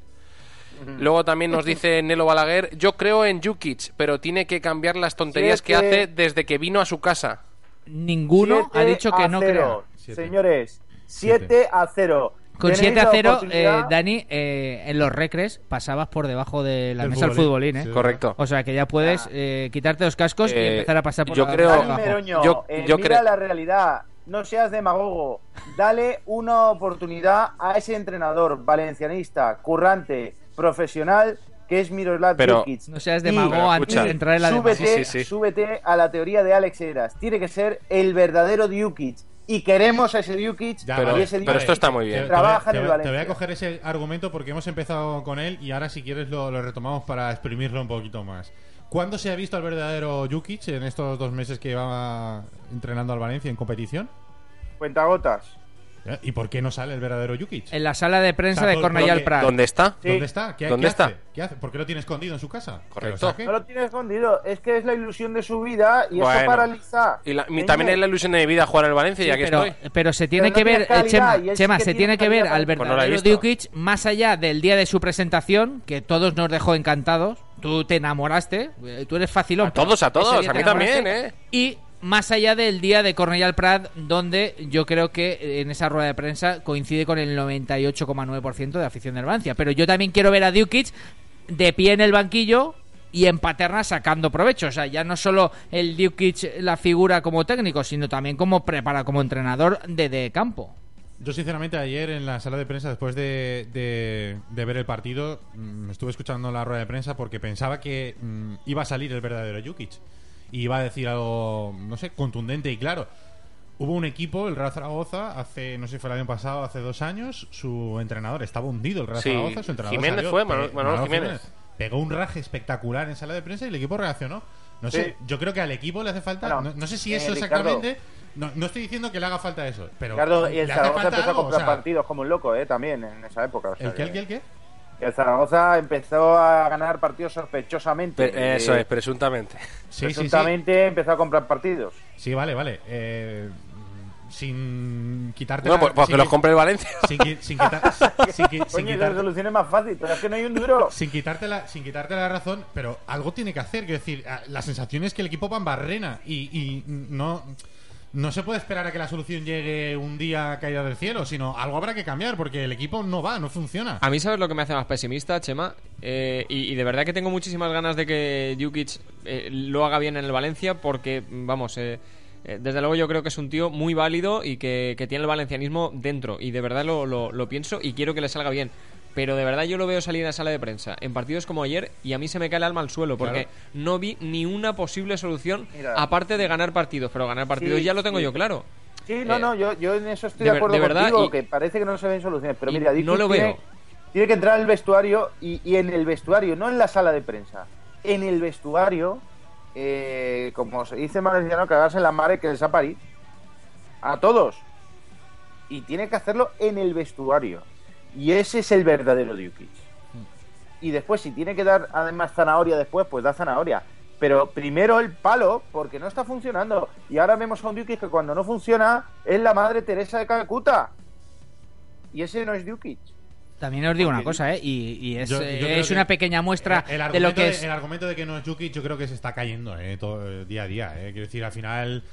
[SPEAKER 6] Luego también nos dice [laughs] Nelo Balaguer, yo creo en Jukic, pero tiene que cambiar las tonterías que
[SPEAKER 7] Siete.
[SPEAKER 6] hace desde que vino a su casa.
[SPEAKER 4] Ninguno ha
[SPEAKER 7] Siete
[SPEAKER 4] dicho que
[SPEAKER 7] a
[SPEAKER 4] no
[SPEAKER 7] cero.
[SPEAKER 3] Siete.
[SPEAKER 7] Señores,
[SPEAKER 3] Siete.
[SPEAKER 7] 7 a 0.
[SPEAKER 4] crea. Con 7 a 0, eh, Dani, eh, en los recres pasabas por debajo de la
[SPEAKER 3] Del
[SPEAKER 4] mesa del
[SPEAKER 3] futbolín,
[SPEAKER 4] futbolín, ¿eh?
[SPEAKER 3] sí.
[SPEAKER 6] Correcto.
[SPEAKER 4] O sea que ya puedes eh, quitarte los cascos y
[SPEAKER 6] Eh,
[SPEAKER 4] empezar a pasar por
[SPEAKER 6] yo
[SPEAKER 4] la
[SPEAKER 6] creo-
[SPEAKER 4] parte de
[SPEAKER 7] Dani
[SPEAKER 4] abajo.
[SPEAKER 7] Meroño,
[SPEAKER 6] Yo-
[SPEAKER 7] eh,
[SPEAKER 6] yo
[SPEAKER 7] mira
[SPEAKER 6] creo-
[SPEAKER 7] la realidad. No seas demagogo. Dale una oportunidad a ese entrenador valencianista, currante, profesional, que es Miroslav
[SPEAKER 6] Pero-
[SPEAKER 7] Jukic.
[SPEAKER 4] No seas
[SPEAKER 7] Y-
[SPEAKER 4] demagogo
[SPEAKER 6] Pero
[SPEAKER 4] antes
[SPEAKER 6] escucha,
[SPEAKER 4] de entrar en la
[SPEAKER 7] súbete,
[SPEAKER 4] demagogia.
[SPEAKER 6] Sí, sí, sí.
[SPEAKER 7] súbete a la teoría de Alex Heras. Tiene que ser el verdadero Jukic. Y queremos a ese Jukic.
[SPEAKER 3] Ya,
[SPEAKER 6] Pero,
[SPEAKER 7] y
[SPEAKER 3] vale,
[SPEAKER 7] ese
[SPEAKER 6] pero
[SPEAKER 7] Jukic
[SPEAKER 6] esto está muy bien.
[SPEAKER 3] Te- te
[SPEAKER 7] Trabaja
[SPEAKER 3] voy a-
[SPEAKER 7] en
[SPEAKER 3] te
[SPEAKER 7] el
[SPEAKER 3] voy a- Te voy a
[SPEAKER 7] Valencia.
[SPEAKER 3] coger ese argumento porque hemos empezado con él y ahora, si quieres, lo, lo retomamos para exprimirlo un poquito más. ¿Cuándo se ha visto al verdadero Jukic en estos dos meses que va entrenando al Valencia en competición?
[SPEAKER 7] Cuentagotas.
[SPEAKER 3] ¿Eh? ¿Y por qué no sale el verdadero Jukic?
[SPEAKER 4] En la sala de prensa
[SPEAKER 3] O sea,
[SPEAKER 4] de
[SPEAKER 3] por-
[SPEAKER 4] Cornellà
[SPEAKER 3] porque-
[SPEAKER 4] Prat.
[SPEAKER 6] ¿Dónde está?
[SPEAKER 7] Sí.
[SPEAKER 3] ¿Dónde está? ¿Qué,
[SPEAKER 6] ¿Dónde
[SPEAKER 3] qué
[SPEAKER 6] está?
[SPEAKER 3] Hace? ¿Qué hace? ¿Por qué lo tiene escondido en su casa? ¿Que lo
[SPEAKER 6] Correcto.
[SPEAKER 3] saque?
[SPEAKER 7] No lo tiene escondido. Es que es la ilusión de su vida y eso
[SPEAKER 6] Bueno.
[SPEAKER 7] paraliza.
[SPEAKER 6] Y la- mi-
[SPEAKER 7] Señor,
[SPEAKER 6] también es la ilusión de mi vida jugar al Valencia, ya que
[SPEAKER 4] pero,
[SPEAKER 6] estoy.
[SPEAKER 4] pero se tiene
[SPEAKER 7] Pero no
[SPEAKER 4] que ver,
[SPEAKER 7] tiene
[SPEAKER 4] eh, Chema,
[SPEAKER 7] calidad, y es
[SPEAKER 4] Chema,
[SPEAKER 7] que
[SPEAKER 4] se
[SPEAKER 7] tiene
[SPEAKER 4] tiene que ver
[SPEAKER 7] calidad.
[SPEAKER 4] al
[SPEAKER 6] Pues no la he
[SPEAKER 4] verdadero
[SPEAKER 6] visto.
[SPEAKER 4] Djukic más allá del día de su presentación, que todos nos dejó encantados. Tú te enamoraste, eh, tú eres facilón.
[SPEAKER 6] A todos, a
[SPEAKER 4] Ese día
[SPEAKER 6] todos,
[SPEAKER 4] te
[SPEAKER 6] a mí
[SPEAKER 4] enamoraste.
[SPEAKER 6] también, ¿eh?
[SPEAKER 4] Y más allá del día de Cornellà Prat, donde yo creo que eh, en esa rueda de prensa coincide con el 98,9% de afición del Valencia. Pero yo también quiero ver a Djukic de pie en el banquillo y en Paterna sacando provecho. O sea, ya no solo el Djukic la figura como técnico, sino también como prepara, como entrenador de, de campo.
[SPEAKER 3] Yo, sinceramente, ayer en la sala de prensa, después de, de- de ver el partido, mm, estuve escuchando la rueda de prensa porque pensaba que mm, iba a salir el verdadero Jukic. Y iba a decir algo, no sé, contundente y claro. Hubo un equipo, el Real Zaragoza, hace, no sé si fue el año pasado, hace dos años, su entrenador estaba hundido, el Real
[SPEAKER 6] Sí,
[SPEAKER 3] Zaragoza, su entrenador
[SPEAKER 6] Jiménez
[SPEAKER 3] salió,
[SPEAKER 6] fue,
[SPEAKER 3] pe-
[SPEAKER 6] Manolo- Manolo Jiménez.
[SPEAKER 3] Pegó un raje espectacular en sala de prensa y el equipo reaccionó. No sé, yo creo que al equipo le hace falta,
[SPEAKER 7] Bueno,
[SPEAKER 3] no, no sé si
[SPEAKER 7] eh,
[SPEAKER 3] eso
[SPEAKER 7] Ricardo.
[SPEAKER 3] exactamente, no, no estoy diciendo que le haga falta eso, pero
[SPEAKER 7] Ricardo, y el
[SPEAKER 3] le hace
[SPEAKER 7] Zaragoza
[SPEAKER 3] falta
[SPEAKER 7] empezó a
[SPEAKER 3] algo,
[SPEAKER 7] comprar
[SPEAKER 3] o sea,
[SPEAKER 7] partidos como un loco, eh, también en esa época. o sea
[SPEAKER 3] ¿El qué, el qué, el qué?
[SPEAKER 7] el Zaragoza empezó a ganar partidos sospechosamente.
[SPEAKER 6] Pe- Eso
[SPEAKER 7] Eh,
[SPEAKER 6] es,
[SPEAKER 4] [laughs]
[SPEAKER 6] presuntamente.
[SPEAKER 3] Sí, sí, sí.
[SPEAKER 7] presuntamente empezó a comprar partidos.
[SPEAKER 3] Sí, vale, vale. Eh, sin quitarte.
[SPEAKER 6] No,
[SPEAKER 3] la-
[SPEAKER 6] pues, pues
[SPEAKER 3] sin
[SPEAKER 6] que los
[SPEAKER 3] qui-
[SPEAKER 6] compre el Valencia.
[SPEAKER 3] Sin, qui- sin
[SPEAKER 7] [laughs]
[SPEAKER 3] quitar- sin qui- sin
[SPEAKER 7] Coño, y la
[SPEAKER 3] quitarte.
[SPEAKER 7] resolución es más fácil, pero es que no hay un duro.
[SPEAKER 3] sin quitarte la sin quitarte la razón pero algo tiene que hacer quiero decir a- la sensación es que el equipo va en barrena y, y no no se puede esperar a que la solución llegue un día caída del cielo sino algo habrá que cambiar porque el equipo no va no funciona
[SPEAKER 5] A mí, ¿sabes lo que me hace más pesimista, Chema? Eh, y, y de verdad que tengo muchísimas ganas de que Jukic eh, lo haga bien en el Valencia, porque, vamos, eh, eh, desde luego yo creo que es un tío muy válido y que, que tiene el valencianismo dentro. Y de verdad lo, lo- lo pienso y quiero que le salga bien. Pero de verdad yo lo veo salir a sala de prensa en partidos como ayer y a mí se me cae el alma al suelo porque
[SPEAKER 3] Claro.
[SPEAKER 5] no vi ni una posible solución
[SPEAKER 7] Mira.
[SPEAKER 5] aparte de ganar partidos. Pero ganar partidos ya lo tengo
[SPEAKER 7] sí.
[SPEAKER 5] yo claro.
[SPEAKER 7] Sí, no,
[SPEAKER 5] Eh,
[SPEAKER 7] no, yo, yo en eso
[SPEAKER 5] de
[SPEAKER 7] estoy de,
[SPEAKER 5] ver-
[SPEAKER 7] acuerdo
[SPEAKER 5] de verdad,
[SPEAKER 7] contigo,
[SPEAKER 5] y-
[SPEAKER 7] que parece que no se ven soluciones, pero
[SPEAKER 5] y
[SPEAKER 7] mira,
[SPEAKER 5] no
[SPEAKER 7] Dickiz
[SPEAKER 5] lo
[SPEAKER 7] tiene,
[SPEAKER 5] veo.
[SPEAKER 7] Tiene que entrar al vestuario y, y en el vestuario, no en la sala de prensa, en el vestuario, eh, como se dice en valenciano, cagarse en la mare que les ha parido. A todos. Y tiene que hacerlo en el vestuario. Y ese es el verdadero Djukic. Y después, si tiene que dar además zanahoria después, pues da zanahoria. Pero primero el palo, porque no está funcionando. Y ahora vemos a un Djukic que cuando no funciona es la madre Teresa de Calcuta. Y ese no es Djukic.
[SPEAKER 4] También os digo una
[SPEAKER 7] Ok.
[SPEAKER 4] cosa, ¿eh? Y, y es,
[SPEAKER 3] Yo- yo
[SPEAKER 4] eh,
[SPEAKER 3] creo
[SPEAKER 4] es
[SPEAKER 3] que
[SPEAKER 4] una pequeña muestra
[SPEAKER 3] El- el
[SPEAKER 4] de lo
[SPEAKER 3] argumento
[SPEAKER 4] que es.
[SPEAKER 3] el argumento de que no es Yuki, yo creo que se está cayendo eh, todo, eh, día a día. eh. Quiero decir, al final.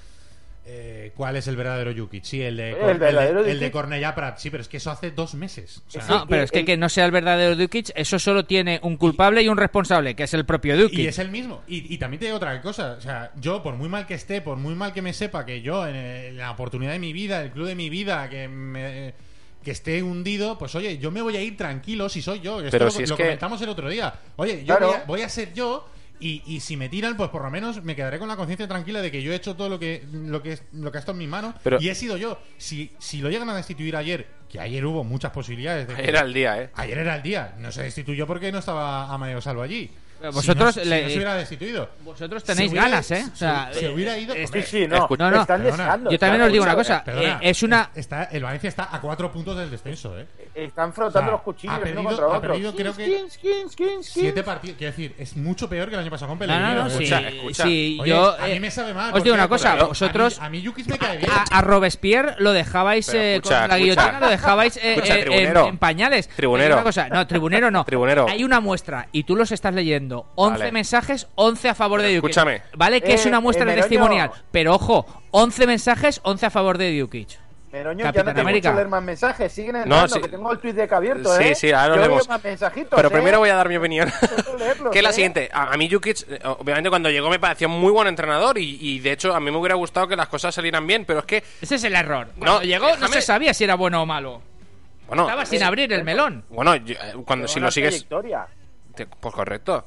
[SPEAKER 3] eh, cuál es el verdadero Jukic. Sí, el de,
[SPEAKER 7] ¿El
[SPEAKER 3] Cor- el de-
[SPEAKER 7] verdadero
[SPEAKER 3] el de
[SPEAKER 7] Jukic?
[SPEAKER 3] Cornellà Prat. Sí, pero es que eso hace dos meses. O sea,
[SPEAKER 7] Ese-
[SPEAKER 4] No, Ah, pero es que
[SPEAKER 7] el-
[SPEAKER 4] que no sea el verdadero Dukic, eso solo tiene un culpable y un responsable, que es el propio Dukic.
[SPEAKER 3] Y es el mismo. Y, y también te digo otra cosa. O sea, yo, por muy mal que esté, por muy mal que me sepa que yo, en, eh, la oportunidad de mi vida, el club de mi vida, que me- que esté hundido, pues oye, yo me voy a ir tranquilo si soy yo. Esto
[SPEAKER 6] Pero
[SPEAKER 3] lo,
[SPEAKER 6] si es
[SPEAKER 3] lo
[SPEAKER 6] que-
[SPEAKER 3] comentamos el otro día. Oye, yo
[SPEAKER 7] Claro.
[SPEAKER 3] voy, a, voy a ser yo. Y, y si me tiran, pues por lo menos me quedaré con la conciencia tranquila de que yo he hecho todo lo que lo que, lo que ha estado en mis manos
[SPEAKER 6] Pero-
[SPEAKER 3] y he sido yo. Si, si lo llegan a destituir ayer, que ayer hubo muchas posibilidades de que-
[SPEAKER 6] Era el día, ¿eh?
[SPEAKER 3] Ayer era el día, no se destituyó porque no estaba Amadeo Salvo allí.
[SPEAKER 4] Pero
[SPEAKER 3] Si
[SPEAKER 4] vosotros
[SPEAKER 3] no- si
[SPEAKER 4] le-
[SPEAKER 3] no se hubiera destituido.
[SPEAKER 4] Vosotros tenéis
[SPEAKER 3] Se hubiera-
[SPEAKER 4] ganas, ¿eh? O sea,
[SPEAKER 3] se, se hubiera ido.
[SPEAKER 4] eh,
[SPEAKER 7] Sí,
[SPEAKER 3] hombre,
[SPEAKER 7] sí, no.
[SPEAKER 6] escucha-
[SPEAKER 4] No, no.
[SPEAKER 7] Están
[SPEAKER 3] Perdona.
[SPEAKER 7] deseando.
[SPEAKER 4] Yo también os digo una
[SPEAKER 7] Escucha,
[SPEAKER 4] cosa.
[SPEAKER 3] perdona,
[SPEAKER 4] eh, es una-
[SPEAKER 3] es- Está, el Valencia está a cuatro puntos del descenso, ¿eh?
[SPEAKER 7] eh, Están frotando
[SPEAKER 3] O sea,
[SPEAKER 7] los cuchillos
[SPEAKER 3] ha perdido-
[SPEAKER 7] uno contra
[SPEAKER 3] ha
[SPEAKER 7] otro.
[SPEAKER 3] perdido, creo
[SPEAKER 7] Skins,
[SPEAKER 3] que-
[SPEAKER 7] skins, skins, skins.
[SPEAKER 3] Siete partidos. Quiero decir, es mucho peor que el año pasado con
[SPEAKER 4] No,
[SPEAKER 3] Pellegrini.
[SPEAKER 4] no, no, sí,
[SPEAKER 6] Escucha, escucha.
[SPEAKER 4] sí,
[SPEAKER 3] Oye,
[SPEAKER 4] yo...
[SPEAKER 3] a
[SPEAKER 4] eh,
[SPEAKER 3] mí me sabe mal.
[SPEAKER 4] Os digo
[SPEAKER 3] porque-
[SPEAKER 4] una cosa,
[SPEAKER 3] porque
[SPEAKER 4] vosotros... Ah,
[SPEAKER 3] A mí, a mí Yukis me cae bien.
[SPEAKER 4] A, a Robespierre lo dejabais
[SPEAKER 6] Pero
[SPEAKER 4] eh, con
[SPEAKER 6] escucha,
[SPEAKER 4] la
[SPEAKER 6] escucha.
[SPEAKER 4] guillotina, lo dejabais eh,
[SPEAKER 6] Escucha,
[SPEAKER 4] eh, en-
[SPEAKER 6] tribunero.
[SPEAKER 4] en, pañales. Hay
[SPEAKER 6] Tribunero.
[SPEAKER 4] una cosa, no, tribunero no.
[SPEAKER 6] Tribunero.
[SPEAKER 4] Hay una muestra y tú los estás leyendo. 11
[SPEAKER 6] Vale.
[SPEAKER 4] mensajes, 11 a favor
[SPEAKER 6] Pero
[SPEAKER 4] de Dukic.
[SPEAKER 6] escúchame.
[SPEAKER 4] Vale, que es
[SPEAKER 7] Eh,
[SPEAKER 4] una muestra
[SPEAKER 7] eh, Meroño.
[SPEAKER 4] testimonial. Pero ojo, 11 mensajes, 11 a favor de Dukic.
[SPEAKER 7] Meroño, ya no
[SPEAKER 4] Capitán
[SPEAKER 7] te
[SPEAKER 4] América.
[SPEAKER 7] América. leer más mensajes. Siguen entrando,
[SPEAKER 6] sí.
[SPEAKER 7] que tengo el tweet de abierto,
[SPEAKER 6] Sí,
[SPEAKER 7] ¿eh?
[SPEAKER 6] sí, ahora
[SPEAKER 7] Yo
[SPEAKER 6] los
[SPEAKER 7] leo
[SPEAKER 6] vemos.
[SPEAKER 7] más mensajitos,
[SPEAKER 6] Pero
[SPEAKER 7] ¿eh?
[SPEAKER 6] primero voy a dar mi
[SPEAKER 7] [laughs]
[SPEAKER 6] opinión.
[SPEAKER 7] Quiero leerlos,
[SPEAKER 6] [laughs] que es la
[SPEAKER 7] ¿eh?
[SPEAKER 6] siguiente. A, a mí Jukic, eh, obviamente cuando llegó me pareció muy buen entrenador y, y, de hecho a mí me hubiera gustado que las cosas salieran bien, pero es que,
[SPEAKER 4] Ese es el error. Cuando
[SPEAKER 6] No,
[SPEAKER 4] llegó no
[SPEAKER 6] déjame-
[SPEAKER 4] se sabía si era bueno o malo.
[SPEAKER 6] bueno,
[SPEAKER 4] Estaba sin
[SPEAKER 6] eh,
[SPEAKER 4] abrir el melón.
[SPEAKER 6] bueno, yo, eh, cuando
[SPEAKER 7] Pero
[SPEAKER 6] si
[SPEAKER 7] una
[SPEAKER 6] lo sigues,
[SPEAKER 7] trayectoria.
[SPEAKER 6] te- pues correcto.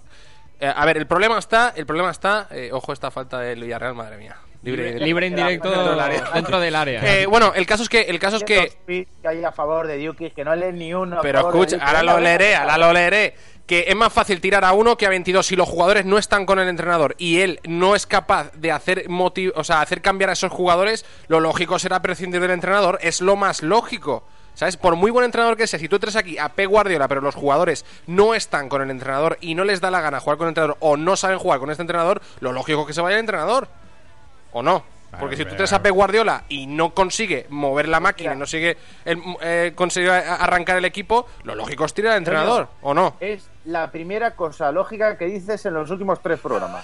[SPEAKER 6] Eh, a ver, el problema está, el problema está, eh, ojo esta falta del Villarreal, madre mía. Libre,
[SPEAKER 5] Libre, libre indirecto
[SPEAKER 7] Dentro del área.
[SPEAKER 5] dentro del área.
[SPEAKER 6] Eh, bueno, el caso es que el caso es que
[SPEAKER 7] Los tweets que hay a favor de Dukic, que no leen ni uno. a
[SPEAKER 6] Pero
[SPEAKER 7] favor de
[SPEAKER 6] escucha,
[SPEAKER 7] Dukic.
[SPEAKER 6] ahora
[SPEAKER 7] Venga,
[SPEAKER 6] lo
[SPEAKER 7] venga,
[SPEAKER 6] leeré,
[SPEAKER 7] venga.
[SPEAKER 6] ahora lo leeré. Que es más fácil tirar a uno que a 22 si los jugadores no están con el entrenador y él no es capaz de hacer motiv- o sea, hacer cambiar a esos jugadores, lo lógico será prescindir del entrenador, es lo más lógico. ¿Sabes? Por muy buen entrenador que sea, si tú traes aquí a P. Guardiola, pero los jugadores no están con el entrenador y no les da la gana jugar con el entrenador o no saben jugar con este entrenador, lo lógico es que se vaya el entrenador. ¿O no? Porque si tú
[SPEAKER 3] pero-
[SPEAKER 6] traes a Pep Guardiola y no consigue mover la máquina, y no sigue el- eh, conseguir a- arrancar el equipo, lo lógico es tirar al entrenador, ¿o no?
[SPEAKER 7] Es la primera cosa lógica que dices en los últimos tres programas.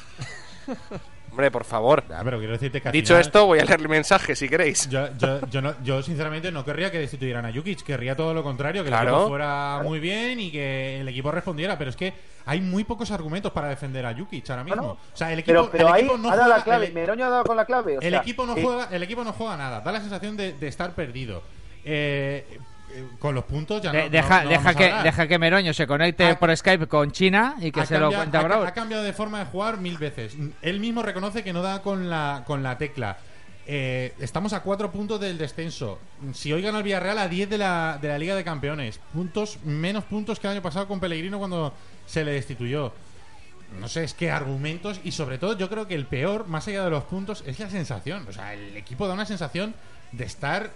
[SPEAKER 6] Hombre, por favor.
[SPEAKER 3] Ah, pero quiero decirte que al
[SPEAKER 6] Dicho
[SPEAKER 3] final-
[SPEAKER 6] esto, voy a leer mensaje si queréis.
[SPEAKER 3] Yo, yo, yo, no- yo, sinceramente no querría que destituyeran a Jukic, querría todo lo contrario, que
[SPEAKER 6] Claro.
[SPEAKER 3] el equipo fuera muy bien y que el equipo respondiera, pero es que hay muy pocos argumentos para defender a Jukic ahora mismo.
[SPEAKER 7] No, no.
[SPEAKER 3] O sea, el equipo,
[SPEAKER 7] Pero, pero
[SPEAKER 3] el
[SPEAKER 7] ahí
[SPEAKER 3] equipo no
[SPEAKER 7] ha dado
[SPEAKER 3] juega-
[SPEAKER 7] la clave.
[SPEAKER 3] el-
[SPEAKER 7] Meroño ha dado con la clave. o
[SPEAKER 3] el
[SPEAKER 7] sea, eh,
[SPEAKER 3] equipo no
[SPEAKER 7] que-
[SPEAKER 3] juega, el equipo no juega nada, da la sensación de, de estar perdido. Eh, eh, con los puntos ya no-
[SPEAKER 4] De-
[SPEAKER 3] no-
[SPEAKER 4] deja,
[SPEAKER 3] no
[SPEAKER 4] deja,
[SPEAKER 3] vamos a
[SPEAKER 4] que,
[SPEAKER 3] hablar.
[SPEAKER 4] deja que Meroño se conecte
[SPEAKER 3] Ha-
[SPEAKER 4] por Skype con China y que
[SPEAKER 3] ha
[SPEAKER 4] se lo
[SPEAKER 3] cambiado-
[SPEAKER 4] cuente a
[SPEAKER 3] ha ca-
[SPEAKER 4] Braul.
[SPEAKER 3] Ha cambiado de forma de jugar mil veces. Mm, Él mismo reconoce que no da con la, con la tecla. Eh, estamos a cuatro puntos del descenso. Si hoy gana el Villarreal, a 10 de la, de la Liga de Campeones. Puntos, menos puntos que el año pasado con Pellegrino cuando se le destituyó. No sé, es que argumentos y sobre todo yo creo que el peor, más allá de los puntos, es la sensación. O sea, el equipo da una sensación de estar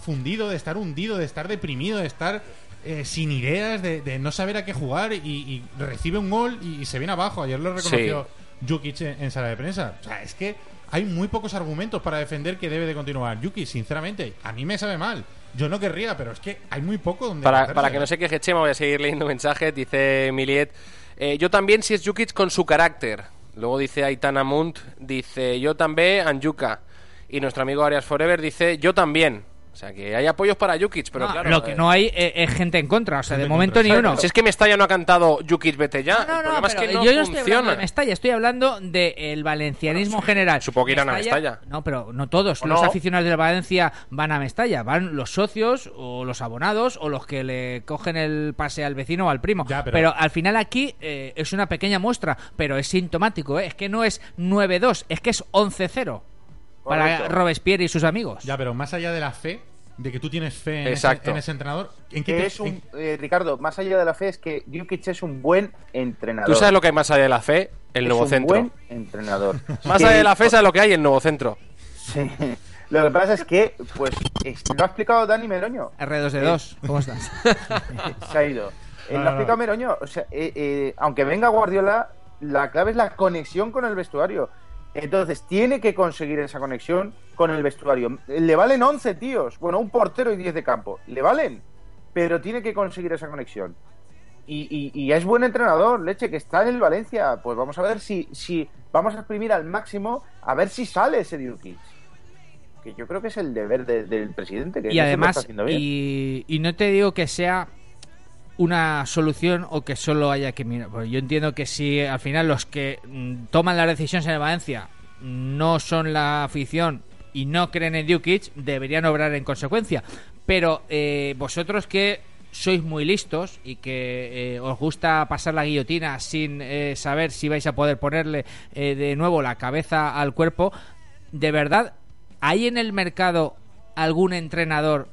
[SPEAKER 3] fundido, de estar hundido, de estar deprimido, de estar eh, sin ideas, de, de no saber a qué jugar y, y recibe un gol y, y se viene abajo. Ayer lo reconoció Jukic en, en sala de prensa. O sea, es que hay muy pocos argumentos para defender que debe de continuar. Jukic, sinceramente, a mí me sabe mal. Yo no querría, pero es que hay muy poco donde...
[SPEAKER 6] Para,
[SPEAKER 3] cogerse.
[SPEAKER 6] para que no se queje Chema, voy a seguir leyendo mensajes. Dice Miliet, eh, yo también si es Jukic con su carácter. Luego dice Aitana Munt, dice yo también, Anjuka. Y nuestro amigo Arias Forever dice yo también. O sea que hay apoyos para Jukic, pero
[SPEAKER 4] No,
[SPEAKER 6] claro.
[SPEAKER 4] lo que
[SPEAKER 6] eh,
[SPEAKER 4] no hay eh, es gente en contra, o sea,
[SPEAKER 3] Gente
[SPEAKER 4] de
[SPEAKER 3] en
[SPEAKER 4] momento
[SPEAKER 3] contra,
[SPEAKER 4] ni uno.
[SPEAKER 6] Si es que Mestalla no ha cantado Jukic vete ya.
[SPEAKER 4] No,
[SPEAKER 6] el
[SPEAKER 4] no, no,
[SPEAKER 6] problema es que
[SPEAKER 4] pero
[SPEAKER 6] no
[SPEAKER 4] yo no estoy hablando
[SPEAKER 6] funciona.
[SPEAKER 4] de Mestalla, estoy hablando del valencianismo general.
[SPEAKER 6] supongo que irán a Mestalla.
[SPEAKER 4] No, pero no todos.
[SPEAKER 6] ¿O
[SPEAKER 4] Los
[SPEAKER 6] no?
[SPEAKER 4] aficionados de Valencia van a Mestalla, van los socios o los abonados o los que le cogen el pase al vecino o al primo.
[SPEAKER 3] Ya, pero-
[SPEAKER 4] al final aquí eh, es una pequeña muestra, pero es sintomático, ¿eh? es que no es 9-2, es que es 11-0 para
[SPEAKER 7] Correcto.
[SPEAKER 4] Robespierre y sus amigos.
[SPEAKER 3] Ya, pero más allá de la fe, de que tú tienes fe en,
[SPEAKER 6] Exacto.
[SPEAKER 3] ese, en ese entrenador, ¿en qué
[SPEAKER 7] que
[SPEAKER 3] te-
[SPEAKER 7] es un,
[SPEAKER 3] en-
[SPEAKER 7] eh, Ricardo, más allá de la fe, es que Jukic es un buen entrenador.
[SPEAKER 6] ¿Tú sabes lo que hay más allá de la fe? El
[SPEAKER 7] Es
[SPEAKER 6] nuevo
[SPEAKER 7] un
[SPEAKER 6] centro.
[SPEAKER 7] buen entrenador.
[SPEAKER 6] [laughs] Más
[SPEAKER 7] Que-
[SPEAKER 6] allá de la fe, ¿sabes lo que hay? El nuevo centro.
[SPEAKER 7] [laughs] Sí. Lo que pasa es que, pues, es- lo ha explicado Dani Meroño.
[SPEAKER 4] R2 de 2, ¿cómo estás?
[SPEAKER 7] Se ha ido. Eh,
[SPEAKER 3] No,
[SPEAKER 7] lo
[SPEAKER 3] no,
[SPEAKER 7] ha explicado
[SPEAKER 3] no.
[SPEAKER 7] Meroño. O sea, eh, eh, aunque venga Guardiola, la clave es la conexión con el vestuario. Entonces, tiene que conseguir esa conexión con el vestuario. Le valen 11 tíos. Bueno, un portero y 10 de campo. Le valen. Pero tiene que conseguir esa conexión. Y, y- y es buen entrenador, leche, que está en el Valencia. Pues vamos a ver si, si vamos a exprimir al máximo, a ver si sale ese Dukic. que yo creo que es el deber de- del presidente, que
[SPEAKER 4] Y
[SPEAKER 7] no se lo está
[SPEAKER 4] además,
[SPEAKER 7] haciendo bien.
[SPEAKER 4] y, y no te digo que sea una solución o que solo haya que mirar. porque yo entiendo que si al final los que mm, toman las decisiones en el Valencia no son la afición y no creen en Dukic, deberían obrar en consecuencia. Pero eh, vosotros que sois muy listos y que eh, os gusta pasar la guillotina sin eh, saber si vais a poder ponerle eh, de nuevo la cabeza al cuerpo, de verdad, ¿hay en el mercado algún entrenador?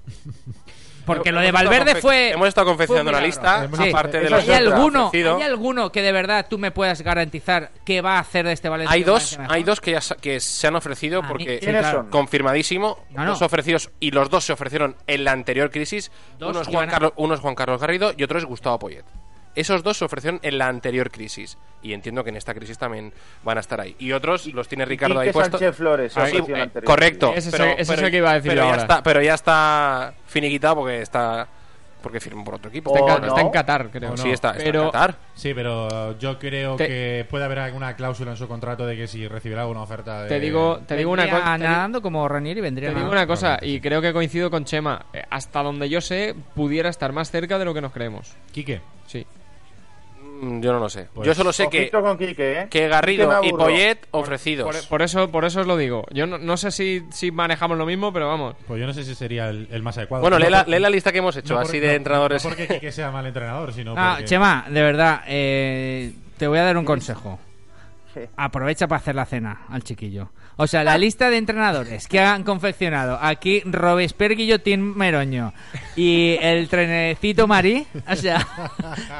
[SPEAKER 4] Porque lo de
[SPEAKER 6] Hemos estado
[SPEAKER 4] Valverde
[SPEAKER 6] confe-
[SPEAKER 4] fue.
[SPEAKER 6] Hemos estado confeccionando
[SPEAKER 4] fue un
[SPEAKER 6] una
[SPEAKER 4] milagro.
[SPEAKER 6] lista,
[SPEAKER 3] Hemos-
[SPEAKER 4] Sí.
[SPEAKER 6] aparte de
[SPEAKER 7] Eso
[SPEAKER 6] los
[SPEAKER 7] sí.
[SPEAKER 6] que
[SPEAKER 4] ¿Hay
[SPEAKER 6] ha
[SPEAKER 4] alguno,
[SPEAKER 6] ofrecido.
[SPEAKER 4] ¿Hay alguno que de verdad tú me puedas garantizar que va a hacer de este Valencia?
[SPEAKER 6] Hay
[SPEAKER 4] un
[SPEAKER 6] dos,
[SPEAKER 4] Valencia mejor?
[SPEAKER 6] hay dos que, ya sa- que se han ofrecido
[SPEAKER 4] A mí-
[SPEAKER 6] porque
[SPEAKER 4] sí,
[SPEAKER 7] ¿Quiénes
[SPEAKER 4] claro.
[SPEAKER 7] son?
[SPEAKER 6] confirmadísimo,
[SPEAKER 4] No, no.
[SPEAKER 6] dos ofrecidos y los dos se ofrecieron en la anterior crisis.
[SPEAKER 4] Dos
[SPEAKER 6] Uno es,
[SPEAKER 4] que
[SPEAKER 6] Juan
[SPEAKER 4] van a-
[SPEAKER 6] Carlos, uno es Juan Carlos Garrido y otro es Gustavo Poyet. Esos dos se ofrecieron en la anterior crisis y entiendo que en esta crisis también van a estar ahí. Y otros los tiene Ricardo ahí
[SPEAKER 7] Quique
[SPEAKER 6] puesto.
[SPEAKER 7] Sánchez Flores,
[SPEAKER 6] Sí,
[SPEAKER 7] ofreció la
[SPEAKER 6] eh,
[SPEAKER 7] anterior.
[SPEAKER 6] correcto.
[SPEAKER 5] Ese es
[SPEAKER 6] pero-
[SPEAKER 5] el- ese es
[SPEAKER 6] pero-
[SPEAKER 5] el que iba a decir
[SPEAKER 6] pero
[SPEAKER 5] yo
[SPEAKER 6] ya
[SPEAKER 5] ahora.
[SPEAKER 6] Está, pero ya está finiquitado porque está porque firmó por otro equipo. Pues
[SPEAKER 5] Está, en,
[SPEAKER 7] O
[SPEAKER 5] Ca-
[SPEAKER 7] no.
[SPEAKER 5] está en Qatar, creo. ¿no?
[SPEAKER 6] Sí, está, está en
[SPEAKER 5] Pero
[SPEAKER 6] Qatar.
[SPEAKER 3] Sí, pero yo creo
[SPEAKER 5] Te-
[SPEAKER 3] que puede haber alguna cláusula en su contrato de que si recibirá una oferta de...
[SPEAKER 5] te digo, te digo una
[SPEAKER 4] Vendría
[SPEAKER 5] cosa. te di-
[SPEAKER 4] nadando como Ranieri vendría
[SPEAKER 5] Te
[SPEAKER 3] Ah,
[SPEAKER 5] digo
[SPEAKER 4] nadando.
[SPEAKER 5] una cosa,
[SPEAKER 3] Probablemente
[SPEAKER 5] y creo que coincido con Chema. eh, Hasta donde yo sé, pudiera estar más cerca de lo que nos creemos.
[SPEAKER 3] Quique,
[SPEAKER 5] Sí.
[SPEAKER 6] Mm, Yo no lo sé.
[SPEAKER 3] Pues-
[SPEAKER 6] yo solo sé que,
[SPEAKER 7] Ojito con Quique, ¿eh?
[SPEAKER 6] que
[SPEAKER 7] Quique me
[SPEAKER 6] Garrido y
[SPEAKER 7] aburro.
[SPEAKER 6] Poyet ofrecidos.
[SPEAKER 5] Por, por eso, por eso os lo digo. Yo no, no sé si, si manejamos lo mismo, pero vamos.
[SPEAKER 3] pues yo no sé si sería el, el más adecuado.
[SPEAKER 6] bueno,
[SPEAKER 3] No
[SPEAKER 6] lee la,
[SPEAKER 3] por-
[SPEAKER 6] lee la lista que hemos hecho,
[SPEAKER 3] no por-
[SPEAKER 6] así
[SPEAKER 3] no-
[SPEAKER 6] de entrenadores.
[SPEAKER 3] No porque Quique sea mal entrenador, sino
[SPEAKER 4] Ah,
[SPEAKER 3] porque...
[SPEAKER 4] Chema, de verdad, eh, te voy a dar un consejo. Aprovecha para hacer la cena al chiquillo. O sea, la lista de entrenadores que han confeccionado aquí Robespierre Guillotín Meroño y el trenecito Marí. O
[SPEAKER 6] [laughs]
[SPEAKER 4] sea,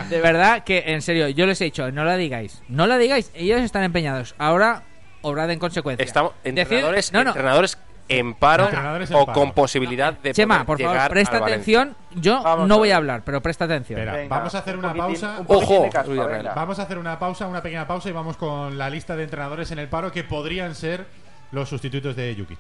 [SPEAKER 4] de verdad que en serio, yo les he dicho, no la digáis, no la digáis. Ellos están empeñados. Ahora obrad en consecuencia.
[SPEAKER 6] Estamos
[SPEAKER 4] Decid-
[SPEAKER 6] entrenadores,
[SPEAKER 4] no, no.
[SPEAKER 6] entrenadores en paro
[SPEAKER 3] Entrenadores en
[SPEAKER 6] o
[SPEAKER 3] paro.
[SPEAKER 6] con posibilidad de
[SPEAKER 4] Chema,
[SPEAKER 6] poder
[SPEAKER 4] por favor,
[SPEAKER 6] llegar
[SPEAKER 4] presta
[SPEAKER 6] al Valencia.
[SPEAKER 4] atención. Yo
[SPEAKER 7] Vamos
[SPEAKER 4] no
[SPEAKER 7] a
[SPEAKER 4] voy a
[SPEAKER 7] ver.
[SPEAKER 4] hablar, pero presta atención.
[SPEAKER 3] Espera,
[SPEAKER 7] Venga,
[SPEAKER 3] vamos a hacer
[SPEAKER 7] un
[SPEAKER 3] una
[SPEAKER 7] poquitín-
[SPEAKER 3] pausa.
[SPEAKER 7] un poquitín
[SPEAKER 6] Ojo,
[SPEAKER 7] de caspa,
[SPEAKER 6] Villarreal.
[SPEAKER 7] venga.
[SPEAKER 3] Vamos a hacer una pausa, una pequeña pausa y vamos con la lista de entrenadores en el paro que podrían ser los sustitutos de Jukic.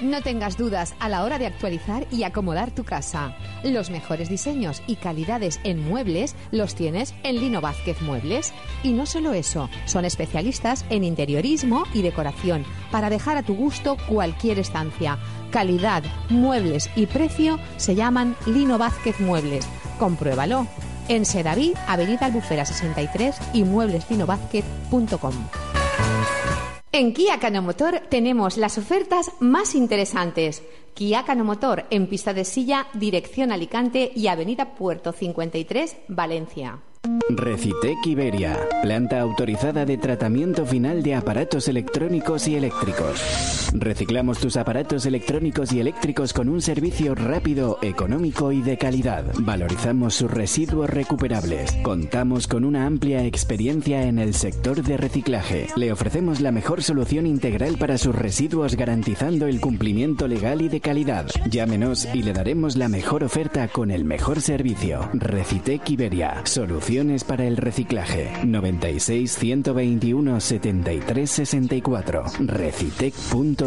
[SPEAKER 2] No tengas dudas a la hora de actualizar y acomodar tu casa. Los mejores diseños y calidades en muebles los tienes en Lino Vázquez Muebles. Y no solo eso, son especialistas en interiorismo y decoración para dejar a tu gusto cualquier estancia. Calidad, muebles y precio se llaman Lino Vázquez Muebles. Compruébalo. En Sedaví, Avenida Albufera 63 y muebleslinovázquez.com. En Kia Canomotor tenemos las ofertas más interesantes. Kia Canomotor en pista de silla, dirección Alicante y Avenida Puerto 53, Valencia.
[SPEAKER 1] Recitec Iberia, planta autorizada de tratamiento final de aparatos electrónicos y eléctricos. Reciclamos tus aparatos electrónicos y eléctricos con un servicio rápido, económico y de calidad. Valorizamos sus residuos recuperables. Contamos con una amplia experiencia en el sector de reciclaje. Le ofrecemos la mejor solución integral para sus residuos garantizando el cumplimiento legal y de calidad. Llámenos y le daremos la mejor oferta con el mejor servicio. Recitec Iberia. Soluciones para el reciclaje. 96 121 73 64. Recitec.es.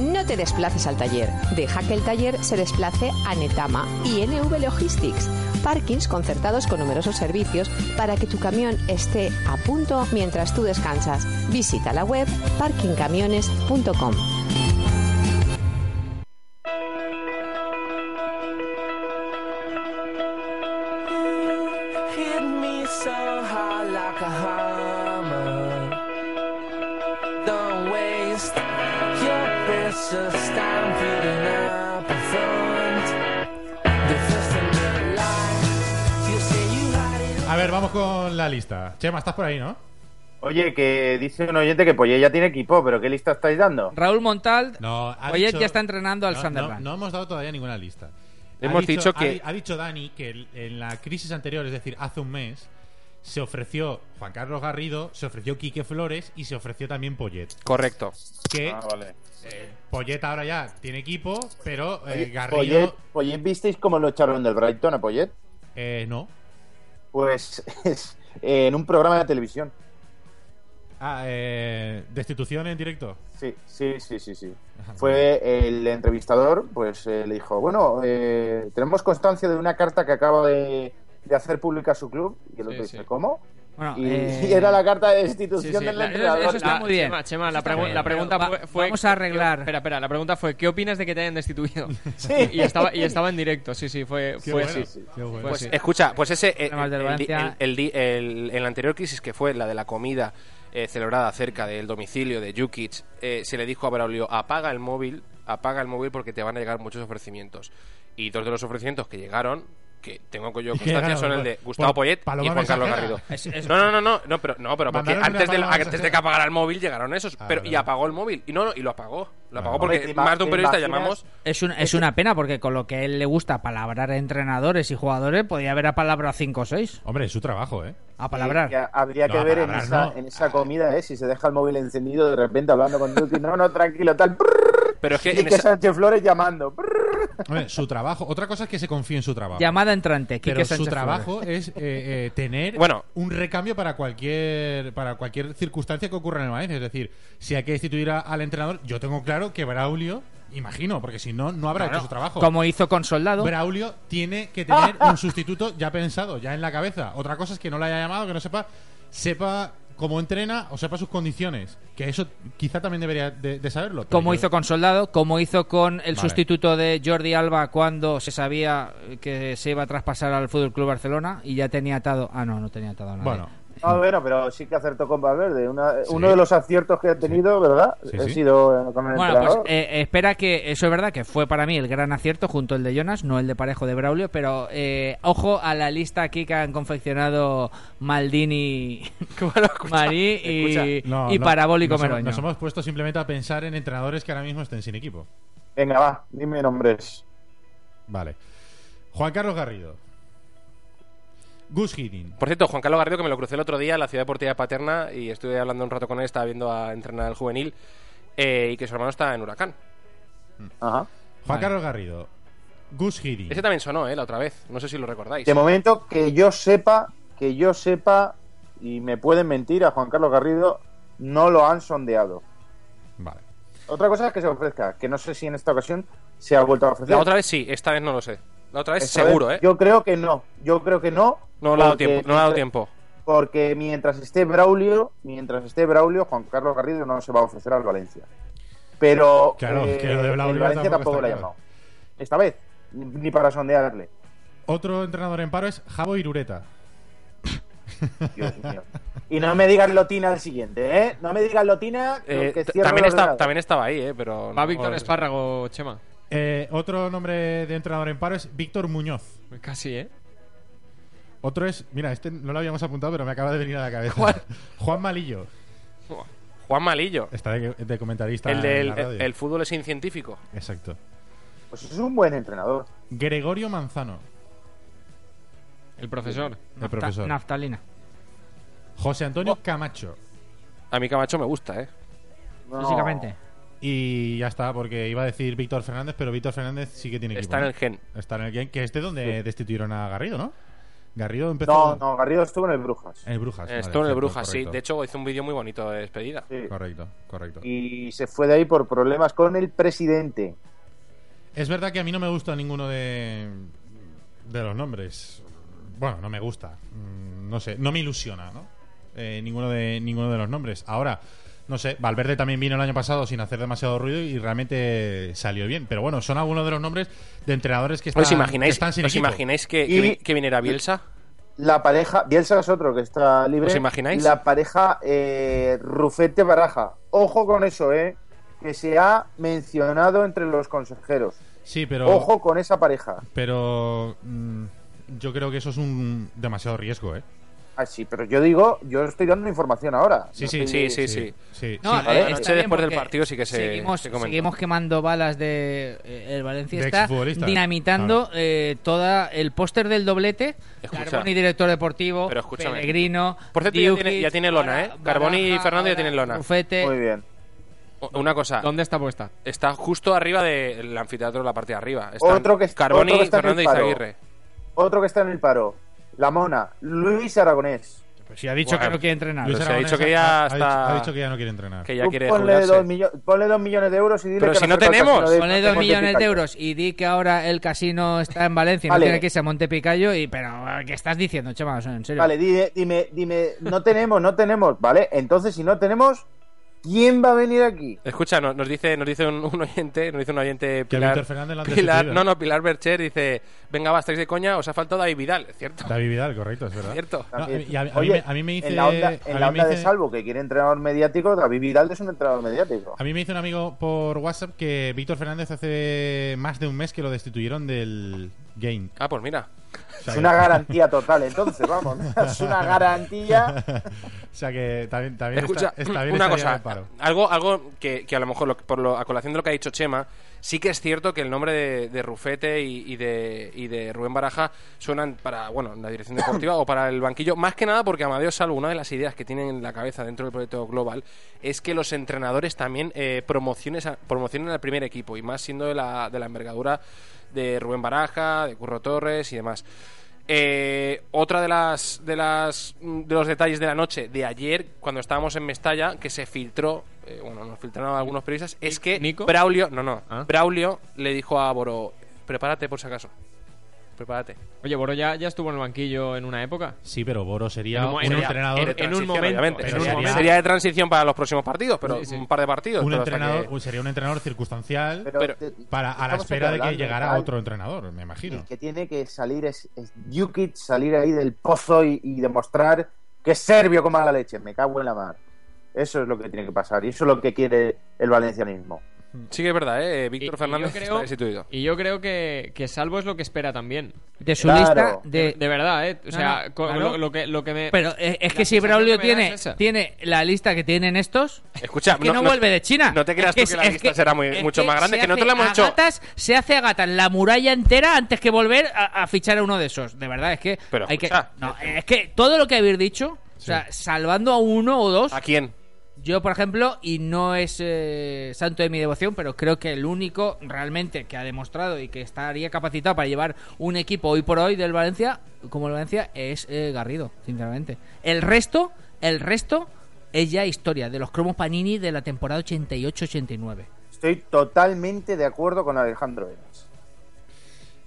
[SPEAKER 2] No te desplaces al taller. Deja que el taller se desplace a Netama y NV Logistics, parkings concertados con numerosos servicios para que tu camión esté a punto mientras tú descansas. Visita la web parkingcamiones.com.
[SPEAKER 8] hit me so hard like a hammer. Don't waste your precious time putting up a front. The first in your life, you say you had it.
[SPEAKER 3] A ver, vamos con la lista. Chema, estás por ahí, ¿no?
[SPEAKER 7] Oye, que dice un oyente que Poyet ya tiene equipo, pero ¿qué lista estáis dando?
[SPEAKER 3] Eh,
[SPEAKER 4] Raúl Montal,
[SPEAKER 3] No, ha
[SPEAKER 4] Poyet
[SPEAKER 3] dicho-
[SPEAKER 4] ya está entrenando al
[SPEAKER 3] no,
[SPEAKER 4] Sunderland.
[SPEAKER 3] No, no hemos dado todavía ninguna lista.
[SPEAKER 6] Hemos dicho
[SPEAKER 3] ha
[SPEAKER 6] que-
[SPEAKER 3] di- Ha, dicho Dani que el- en la crisis anterior, es decir, hace un mes, se ofreció Juan Carlos Garrido, se ofreció Quique Flores y se ofreció también Poyet.
[SPEAKER 6] Correcto.
[SPEAKER 3] Que
[SPEAKER 7] Ah, vale.
[SPEAKER 3] Poyet ahora ya tiene equipo, pero eh,
[SPEAKER 7] Oye,
[SPEAKER 3] Garrido.
[SPEAKER 7] Poyet, Poyet, ¿visteis cómo lo echaron del Brighton a Poyet?
[SPEAKER 3] eh, no.
[SPEAKER 7] [laughs] Pues es, eh, en un programa de televisión.
[SPEAKER 3] Ah, eh, destitución en directo.
[SPEAKER 7] Sí, sí, sí, sí, sí. Fue el entrevistador, pues eh, le dijo, bueno, eh, tenemos constancia de una carta que acaba de, de hacer pública su club. Y el otro
[SPEAKER 5] Sí,
[SPEAKER 7] dice,
[SPEAKER 5] sí.
[SPEAKER 7] ¿cómo?
[SPEAKER 4] Bueno,
[SPEAKER 7] y,
[SPEAKER 4] eh,
[SPEAKER 7] [laughs] y era la carta de
[SPEAKER 5] Sí,
[SPEAKER 7] destitución
[SPEAKER 5] sí,
[SPEAKER 7] del
[SPEAKER 5] la-
[SPEAKER 7] entrenador.
[SPEAKER 4] eso está
[SPEAKER 5] la-
[SPEAKER 4] muy bien.
[SPEAKER 5] Chema, Chema, la,
[SPEAKER 4] Eso está
[SPEAKER 5] pregu-
[SPEAKER 4] bien.
[SPEAKER 5] la pregunta
[SPEAKER 4] Va-
[SPEAKER 5] fue, fue-
[SPEAKER 4] vamos a arreglar.
[SPEAKER 5] Espera, espera, la pregunta fue ¿qué opinas de que te hayan destituido?
[SPEAKER 7] [laughs] Sí.
[SPEAKER 5] Y estaba y estaba en directo, sí, sí, fue
[SPEAKER 3] Qué
[SPEAKER 5] fue
[SPEAKER 3] bueno,
[SPEAKER 5] así.
[SPEAKER 3] qué bueno.
[SPEAKER 5] Fue
[SPEAKER 6] Pues
[SPEAKER 5] así.
[SPEAKER 6] escucha, pues ese eh,
[SPEAKER 4] Problemas
[SPEAKER 6] el,
[SPEAKER 4] del
[SPEAKER 6] di-
[SPEAKER 4] Valencia.
[SPEAKER 6] el- el di- el- en la anterior crisis que fue la de la comida eh, celebrada cerca del domicilio de Jukic, eh, se le dijo a Braulio apaga el móvil, apaga el móvil porque te van a llegar muchos ofrecimientos. Y dos de los ofrecimientos que llegaron que tengo yo
[SPEAKER 3] Y que
[SPEAKER 6] constancia son
[SPEAKER 3] llegaron,
[SPEAKER 6] el de
[SPEAKER 3] por-
[SPEAKER 6] Gustavo
[SPEAKER 3] por
[SPEAKER 6] Poyet y
[SPEAKER 3] Paloma
[SPEAKER 6] Juan Carlos
[SPEAKER 3] Mensajera.
[SPEAKER 6] Garrido.
[SPEAKER 4] Es- es-
[SPEAKER 6] No, no, no, no, no, pero no, pero porque
[SPEAKER 3] Mandaron una
[SPEAKER 6] antes de,
[SPEAKER 3] paloma
[SPEAKER 6] antes de que
[SPEAKER 3] mensajera.
[SPEAKER 6] apagara el móvil llegaron esos,
[SPEAKER 3] Ah,
[SPEAKER 6] pero
[SPEAKER 3] vale,
[SPEAKER 6] y
[SPEAKER 3] vale.
[SPEAKER 6] apagó el móvil y no, no, y lo apagó, lo apagó
[SPEAKER 7] Hombre,
[SPEAKER 6] porque
[SPEAKER 7] te ima-
[SPEAKER 6] más de un
[SPEAKER 7] te
[SPEAKER 6] periodista
[SPEAKER 7] imaginas-
[SPEAKER 6] llamamos
[SPEAKER 4] Es una, es una pena porque con lo que a él le gusta palabrar a entrenadores y jugadores, podía haber apalabrado 5 o 6.
[SPEAKER 3] Hombre, es su trabajo, ¿eh?
[SPEAKER 4] A
[SPEAKER 7] Que
[SPEAKER 4] palabrar.
[SPEAKER 7] habría que
[SPEAKER 3] No,
[SPEAKER 7] ver en,
[SPEAKER 3] palabras,
[SPEAKER 7] esa,
[SPEAKER 3] no.
[SPEAKER 7] en esa comida, ¿eh? Si se deja el móvil encendido de repente hablando con Duty. No, no, tranquilo, tal. Prrr.
[SPEAKER 6] Pero es que
[SPEAKER 7] y
[SPEAKER 6] en
[SPEAKER 7] que
[SPEAKER 6] esa-
[SPEAKER 7] Sánchez Flores llamando. Prrr.
[SPEAKER 3] Hombre, su trabajo. Otra cosa es que se confíe en su trabajo.
[SPEAKER 4] Llamada entrante. Quique
[SPEAKER 3] pero su
[SPEAKER 4] Sánchez
[SPEAKER 3] trabajo es eh, eh, tener
[SPEAKER 6] Bueno.
[SPEAKER 3] un recambio para cualquier para cualquier circunstancia que ocurra en el Valencia. Es decir, si hay que destituir a- al entrenador, yo tengo claro que Braulio, imagino, porque si no, no habrá
[SPEAKER 4] Flores.
[SPEAKER 3] hecho su trabajo.
[SPEAKER 4] Como hizo con Soldado.
[SPEAKER 3] Braulio tiene que tener un sustituto ya pensado, ya en la cabeza. Otra cosa es que no le haya llamado, que no sepa, sepa cómo entrena o sepa sus condiciones. Que eso quizá también debería de, de saberlo. pero
[SPEAKER 4] Como
[SPEAKER 3] yo-
[SPEAKER 4] hizo con Soldado, como hizo con el
[SPEAKER 3] Vale.
[SPEAKER 4] sustituto de Jordi Alba cuando se sabía que se iba a traspasar al Fútbol Club Barcelona y ya tenía atado. Ah, no, no tenía atado a nadie.
[SPEAKER 3] Bueno,
[SPEAKER 7] No, bueno, pero sí que acertó con Valverde. Una- Uno de los aciertos que ha tenido, ¿verdad?
[SPEAKER 3] Sí,
[SPEAKER 7] ha
[SPEAKER 3] sí.
[SPEAKER 7] sido eh, con el
[SPEAKER 4] Bueno, pues
[SPEAKER 7] entrenador.
[SPEAKER 4] eh, espera que eso es verdad que fue para mí el gran acierto junto al de Jonas, no el de parejo de Braulio, pero eh, ojo a la lista aquí que han confeccionado
[SPEAKER 3] [laughs]
[SPEAKER 4] Maldini, Marí y,
[SPEAKER 3] no,
[SPEAKER 4] y
[SPEAKER 3] no,
[SPEAKER 4] Parabólico
[SPEAKER 3] nos hemos-
[SPEAKER 4] Meroño.
[SPEAKER 3] Nos hemos puesto simplemente a pensar en entrenadores que ahora mismo estén sin equipo.
[SPEAKER 7] Venga, va, dime nombres.
[SPEAKER 3] Vale. Juan Carlos Garrido. Gus Hiddink.
[SPEAKER 6] Por cierto, Juan Carlos Garrido, que me lo crucé el otro día en la ciudad deportiva de Paterna y estuve hablando un rato con él, estaba viendo a entrenar al juvenil eh, y que su hermano está en Huracán.
[SPEAKER 7] Ajá.
[SPEAKER 3] Juan
[SPEAKER 4] Vale.
[SPEAKER 3] Carlos Garrido. Gus Hiddink.
[SPEAKER 6] Ese también sonó, ¿eh? La otra vez, no sé si lo recordáis.
[SPEAKER 7] De momento, que yo sepa, que yo sepa, y me pueden mentir a Juan Carlos Garrido, no lo han sondeado.
[SPEAKER 3] Vale.
[SPEAKER 7] Otra cosa es que se ofrezca, que no sé si en esta ocasión se ha vuelto a ofrecer.
[SPEAKER 6] La otra vez sí, esta vez no lo sé. La otra vez
[SPEAKER 7] Esta
[SPEAKER 6] seguro,
[SPEAKER 7] vez
[SPEAKER 6] ¿eh?
[SPEAKER 7] Yo creo que no, yo creo que no.
[SPEAKER 6] No le ha dado
[SPEAKER 7] porque
[SPEAKER 6] tiempo, no le ha dado
[SPEAKER 7] mientras-
[SPEAKER 6] tiempo.
[SPEAKER 7] Porque mientras esté Braulio, mientras esté Braulio, Juan Carlos Garrido no se va a ofrecer al Valencia. Pero eh,
[SPEAKER 3] Claro, que lo de
[SPEAKER 7] el
[SPEAKER 3] Braulio
[SPEAKER 7] Valencia
[SPEAKER 3] tampoco
[SPEAKER 7] tampoco,
[SPEAKER 3] está
[SPEAKER 7] le ha
[SPEAKER 3] claro.
[SPEAKER 7] llamado. Esta vez, ni para sondearle.
[SPEAKER 3] Otro entrenador en paro es Javo Irureta.
[SPEAKER 7] Dios mío. Y no me digas Lotina al siguiente, ¿eh? No me digas Lotina
[SPEAKER 6] Eh,
[SPEAKER 7] que
[SPEAKER 6] t-
[SPEAKER 7] cierra
[SPEAKER 6] también,
[SPEAKER 7] el
[SPEAKER 6] está,
[SPEAKER 7] ordenador.
[SPEAKER 6] también estaba ahí, ¿eh? Pero
[SPEAKER 5] Va
[SPEAKER 6] no-
[SPEAKER 5] Víctor
[SPEAKER 6] joder.
[SPEAKER 5] Espárrago, Chema.
[SPEAKER 3] Eh, otro nombre de entrenador en paro es Víctor Muñoz.
[SPEAKER 5] Casi, ¿eh?
[SPEAKER 3] Otro es, mira, este no lo habíamos apuntado, pero me acaba de venir a la cabeza. [laughs] Juan Malillo.
[SPEAKER 6] Juan Malillo.
[SPEAKER 3] Está de, de comentarista.
[SPEAKER 6] El
[SPEAKER 3] en
[SPEAKER 6] del
[SPEAKER 3] la radio.
[SPEAKER 6] el, el fútbol es incientífico.
[SPEAKER 3] Exacto.
[SPEAKER 7] Pues es un buen entrenador.
[SPEAKER 3] Gregorio Manzano,
[SPEAKER 5] El profesor.
[SPEAKER 3] el profesor.
[SPEAKER 4] Naftalina.
[SPEAKER 3] José
[SPEAKER 6] Oh.
[SPEAKER 3] Antonio Camacho.
[SPEAKER 6] A mí Camacho me gusta, ¿eh?
[SPEAKER 7] No.
[SPEAKER 4] Físicamente.
[SPEAKER 3] Y ya está, porque iba a decir Víctor Fernández, pero Víctor Fernández sí que tiene equipo.
[SPEAKER 6] Está en
[SPEAKER 3] ¿no?
[SPEAKER 6] el gen.
[SPEAKER 3] Está en el game, que es de donde destituyeron a Garrido, ¿no? Garrido empezó
[SPEAKER 7] No, no, Garrido estuvo en el Brujas.
[SPEAKER 3] en el Brujas. vale,
[SPEAKER 6] Estuvo en el
[SPEAKER 3] cierto,
[SPEAKER 6] Brujas, sí.
[SPEAKER 3] correcto.
[SPEAKER 6] De hecho, hizo un vídeo muy bonito de despedida.
[SPEAKER 7] Sí.
[SPEAKER 3] Correcto, correcto.
[SPEAKER 7] Y se fue de ahí por problemas con el presidente.
[SPEAKER 3] Es verdad que a mí no me gusta ninguno de, de los nombres. Bueno, no me gusta. Mm, No sé, no me ilusiona, ¿no? Eh, ninguno, de, ninguno de los nombres. Ahora, no sé, Valverde también vino el año pasado sin hacer demasiado ruido y realmente salió bien. Pero bueno, son algunos de los nombres de entrenadores que están,
[SPEAKER 6] ¿Os
[SPEAKER 3] Ah,
[SPEAKER 6] imagináis,
[SPEAKER 3] que están sin
[SPEAKER 6] ¿os
[SPEAKER 3] equipo.
[SPEAKER 6] imagináis que,
[SPEAKER 7] Y-
[SPEAKER 6] que, que viniera Bielsa?
[SPEAKER 7] La pareja, Bielsa es otro que está libre.
[SPEAKER 6] ¿Os imagináis?
[SPEAKER 7] La pareja eh, Rufete Baraja. Ojo con eso, ¿eh? Que se ha mencionado entre los consejeros.
[SPEAKER 3] Sí, pero...
[SPEAKER 7] Ojo con esa pareja.
[SPEAKER 3] Pero mm, yo creo que eso es un demasiado riesgo, ¿eh?
[SPEAKER 7] Ah, sí, pero yo digo, yo estoy dando información ahora.
[SPEAKER 3] Sí,
[SPEAKER 7] No
[SPEAKER 3] sí,
[SPEAKER 7] estoy-
[SPEAKER 6] Sí, sí, sí.
[SPEAKER 3] Sí,
[SPEAKER 4] No,
[SPEAKER 3] sí.
[SPEAKER 7] vale,
[SPEAKER 4] eh,
[SPEAKER 7] anoche
[SPEAKER 4] está bien
[SPEAKER 6] después del
[SPEAKER 4] porque
[SPEAKER 6] partido sí que se-
[SPEAKER 4] seguimos,
[SPEAKER 6] se comentó.
[SPEAKER 4] seguimos quemando balas de eh, el Valencia
[SPEAKER 3] De
[SPEAKER 4] está
[SPEAKER 3] exfutbolistas.
[SPEAKER 4] dinamitando
[SPEAKER 3] Claro.
[SPEAKER 4] eh, toda el póster del doblete
[SPEAKER 6] Escucha.
[SPEAKER 4] Carboni director deportivo
[SPEAKER 6] Pero escúchame.
[SPEAKER 4] Pellegrino
[SPEAKER 6] Por cierto, ya
[SPEAKER 4] Diukic,
[SPEAKER 6] tiene- ya tiene lona,
[SPEAKER 4] ahora
[SPEAKER 6] ¿eh? Carboni y
[SPEAKER 4] Baraja,
[SPEAKER 6] Fernando ya
[SPEAKER 4] ahora
[SPEAKER 6] tienen lona.
[SPEAKER 4] Rufete.
[SPEAKER 7] Muy bien.
[SPEAKER 6] O- Una cosa,
[SPEAKER 5] ¿Dónde está puesta?
[SPEAKER 6] Está justo arriba del anfiteatro, la parte de arriba. Están
[SPEAKER 7] Otro que-
[SPEAKER 6] Carboni,
[SPEAKER 7] otro que está en el
[SPEAKER 6] Fernando y
[SPEAKER 7] paro.
[SPEAKER 6] Izaguirre.
[SPEAKER 7] Otro que está en el paro. La Mona, Luis Aragonés.
[SPEAKER 4] Pues si ha dicho
[SPEAKER 6] Bueno,
[SPEAKER 4] que no quiere entrenar.
[SPEAKER 3] Luis
[SPEAKER 6] se ha
[SPEAKER 3] Aragonés
[SPEAKER 6] dicho que ya
[SPEAKER 3] ha- ha dicho-
[SPEAKER 6] está-
[SPEAKER 3] ha dicho que ya no quiere entrenar.
[SPEAKER 6] Que ya
[SPEAKER 7] Tú
[SPEAKER 6] quiere
[SPEAKER 7] ponle,
[SPEAKER 6] jubilarse.
[SPEAKER 7] dos millo- ponle dos millones de euros y dile
[SPEAKER 6] Pero
[SPEAKER 7] que
[SPEAKER 6] si no
[SPEAKER 7] se toca el
[SPEAKER 6] tenemos.
[SPEAKER 7] casino de-
[SPEAKER 4] Ponle dos
[SPEAKER 7] de
[SPEAKER 4] millones de
[SPEAKER 7] Montepicayo.
[SPEAKER 4] euros y di que ahora el casino está en Valencia y
[SPEAKER 7] Vale.
[SPEAKER 4] no tiene que irse a Montepicayo. Y, pero, ¿qué estás diciendo, chaval? O sea, En serio.
[SPEAKER 7] Vale, dime, dime, dime, no tenemos, no tenemos, ¿vale? Entonces, si no tenemos, ¿quién va a venir aquí?
[SPEAKER 6] Escucha, no- nos dice, nos dice un, un oyente, nos dice un oyente
[SPEAKER 3] Que
[SPEAKER 6] Pilar,
[SPEAKER 3] Víctor Fernández lo han
[SPEAKER 6] Pilar-
[SPEAKER 3] destituido.
[SPEAKER 6] no, no, Pilar Bercher dice, venga, va, estáis de coña, os ha faltado David Vidal, es cierto,
[SPEAKER 3] David Vidal, correcto, es verdad.
[SPEAKER 6] cierto.
[SPEAKER 3] No,
[SPEAKER 7] También.
[SPEAKER 3] y a, a mí
[SPEAKER 7] Oye,
[SPEAKER 3] me- a mí me dice.
[SPEAKER 7] En la onda,
[SPEAKER 3] a
[SPEAKER 7] en
[SPEAKER 3] mí
[SPEAKER 7] la
[SPEAKER 3] me
[SPEAKER 7] onda de
[SPEAKER 3] dice-
[SPEAKER 7] Salvo, que quiere entrenador mediático, David Vidal es un entrenador mediático.
[SPEAKER 3] [laughs] A mí me hizo un amigo por WhatsApp que Víctor Fernández hace más de un mes que lo destituyeron del game.
[SPEAKER 6] Ah, pues mira,
[SPEAKER 3] O sea
[SPEAKER 7] Es
[SPEAKER 3] que-
[SPEAKER 7] una garantía total, entonces, vamos. Es una garantía.
[SPEAKER 3] [laughs] o sea que también, también
[SPEAKER 6] escucha,
[SPEAKER 3] está- está bien
[SPEAKER 6] una
[SPEAKER 3] estaría en el
[SPEAKER 6] cosa,
[SPEAKER 3] paro.
[SPEAKER 6] algo, algo que, que a lo mejor, lo que- por lo, a colación de lo que ha dicho Chema, sí que es cierto que el nombre de, de Rufete y, y de, y de Rubén Baraja suenan para, bueno, la dirección deportiva o para el banquillo, más que nada porque Amadeo Salvo, una de las ideas que tiene en la cabeza dentro del proyecto Global, es que los entrenadores también eh, promociones a- promocionen al primer equipo, y más siendo de la, de la envergadura de Rubén Baraja, de Curro Torres y demás. Eh, otra de las de las mm, de los detalles de la noche de ayer cuando estábamos en Mestalla que se filtró eh, bueno nos filtraron algunos periodistas es que
[SPEAKER 5] Nico?
[SPEAKER 6] Braulio no no
[SPEAKER 5] Ah.
[SPEAKER 6] Braulio le dijo a Boro prepárate por si acaso prepárate
[SPEAKER 5] Oye, Boro ya, ya estuvo en el banquillo en una época.
[SPEAKER 3] Sí, pero Boro sería
[SPEAKER 5] En un
[SPEAKER 3] un,
[SPEAKER 5] momento, ya,
[SPEAKER 3] entrenador.
[SPEAKER 6] Era de
[SPEAKER 5] en un
[SPEAKER 6] transición,
[SPEAKER 5] momento,
[SPEAKER 6] obviamente.
[SPEAKER 3] en
[SPEAKER 6] Sería-
[SPEAKER 3] un momento.
[SPEAKER 6] sería de transición para los próximos partidos pero
[SPEAKER 5] Sí, sí.
[SPEAKER 6] un par de partidos
[SPEAKER 3] un
[SPEAKER 6] pero hasta
[SPEAKER 3] entrenador
[SPEAKER 6] que-
[SPEAKER 3] sería un entrenador circunstancial
[SPEAKER 7] Pero,
[SPEAKER 6] Pero
[SPEAKER 7] te-
[SPEAKER 3] para a la
[SPEAKER 7] estamos
[SPEAKER 3] espera de que
[SPEAKER 7] hablando,
[SPEAKER 3] llegara
[SPEAKER 7] tal.
[SPEAKER 3] otro entrenador, me
[SPEAKER 7] El
[SPEAKER 3] imagino.
[SPEAKER 7] que tiene que salir es, es Jukic, salir ahí del pozo y, y demostrar que es serbio como la leche. Me cago en la mar. Eso es lo que tiene que pasar y eso es lo que quiere el valencianismo.
[SPEAKER 6] sí que es verdad eh
[SPEAKER 5] Y- y yo
[SPEAKER 6] Víctor Fernández
[SPEAKER 5] creo-
[SPEAKER 6] está destituido
[SPEAKER 5] Y yo creo que, que Salvo es lo que espera también.
[SPEAKER 4] De su
[SPEAKER 7] Claro.
[SPEAKER 4] lista.
[SPEAKER 5] De,
[SPEAKER 4] De,
[SPEAKER 5] verdad, ¿eh? O
[SPEAKER 4] No,
[SPEAKER 5] sea,
[SPEAKER 4] no,
[SPEAKER 5] co-
[SPEAKER 4] claro.
[SPEAKER 5] lo, lo que, lo que me...
[SPEAKER 4] Pero eh, es
[SPEAKER 5] La
[SPEAKER 4] que si
[SPEAKER 5] sensación que
[SPEAKER 4] Braulio
[SPEAKER 5] me
[SPEAKER 4] tiene,
[SPEAKER 5] da es esa.
[SPEAKER 4] tiene la lista que tienen estos.
[SPEAKER 6] Escucha,
[SPEAKER 4] es que no, vuelve de China.
[SPEAKER 6] No te creas
[SPEAKER 4] Es que
[SPEAKER 6] tú que
[SPEAKER 4] es-
[SPEAKER 6] la
[SPEAKER 4] es
[SPEAKER 6] lista
[SPEAKER 4] que-
[SPEAKER 6] será muy-
[SPEAKER 4] es
[SPEAKER 6] mucho
[SPEAKER 4] que
[SPEAKER 6] más grande,
[SPEAKER 4] se
[SPEAKER 6] que nosotros la
[SPEAKER 4] hace
[SPEAKER 6] hemos
[SPEAKER 4] a
[SPEAKER 6] hecho.
[SPEAKER 4] gatas- se hace a gatas la muralla entera antes que volver a, a fichar a uno de esos. De verdad, es que.
[SPEAKER 6] Pero
[SPEAKER 4] hay que
[SPEAKER 6] escucha. eh,
[SPEAKER 4] no, es que todo lo que habéis dicho, o sea, salvando a uno o dos,
[SPEAKER 6] ¿A quién?
[SPEAKER 4] yo, por ejemplo, y no es eh, santo de mi devoción, pero creo que el único realmente que ha demostrado y que estaría capacitado para llevar un equipo hoy por hoy del Valencia, como el Valencia, es eh, Garrido, sinceramente. El resto, el resto es ya historia de los cromos Panini de la temporada 88-89.
[SPEAKER 7] Estoy totalmente de acuerdo con Alejandro Eras.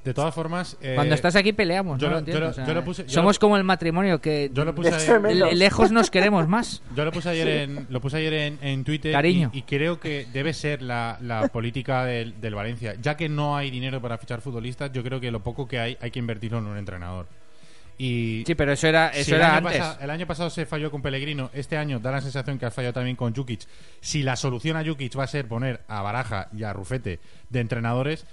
[SPEAKER 3] De todas formas, eh,
[SPEAKER 4] Cuando estás aquí peleamos,
[SPEAKER 3] yo
[SPEAKER 4] ¿no?
[SPEAKER 3] lo-
[SPEAKER 4] Lo entiendo,
[SPEAKER 3] yo lo-
[SPEAKER 4] o sea,
[SPEAKER 3] yo lo puse- yo
[SPEAKER 4] somos
[SPEAKER 3] lo-
[SPEAKER 4] como el matrimonio que
[SPEAKER 3] yo lo puse
[SPEAKER 7] Es
[SPEAKER 3] ayer-
[SPEAKER 7] tremendo.
[SPEAKER 4] le- lejos nos
[SPEAKER 3] [laughs]
[SPEAKER 4] queremos más.
[SPEAKER 3] Yo lo puse ayer en, lo puse ayer en, en Twitter
[SPEAKER 4] Cariño.
[SPEAKER 3] Y, y creo que debe ser la,
[SPEAKER 4] [laughs]
[SPEAKER 3] la política del, del Valencia. Ya que no hay dinero para fichar futbolistas, yo creo que lo poco que hay hay que invertirlo en un entrenador. Y
[SPEAKER 4] Sí, pero eso era,
[SPEAKER 3] si
[SPEAKER 4] eso
[SPEAKER 3] el,
[SPEAKER 4] era
[SPEAKER 3] año
[SPEAKER 4] antes.
[SPEAKER 3] pasa- el año pasado se falló con Pellegrino, este año da la sensación que has fallado también con Jukic. Si la solución a Jukic va a ser poner a Baraja y a Rufete de entrenadores,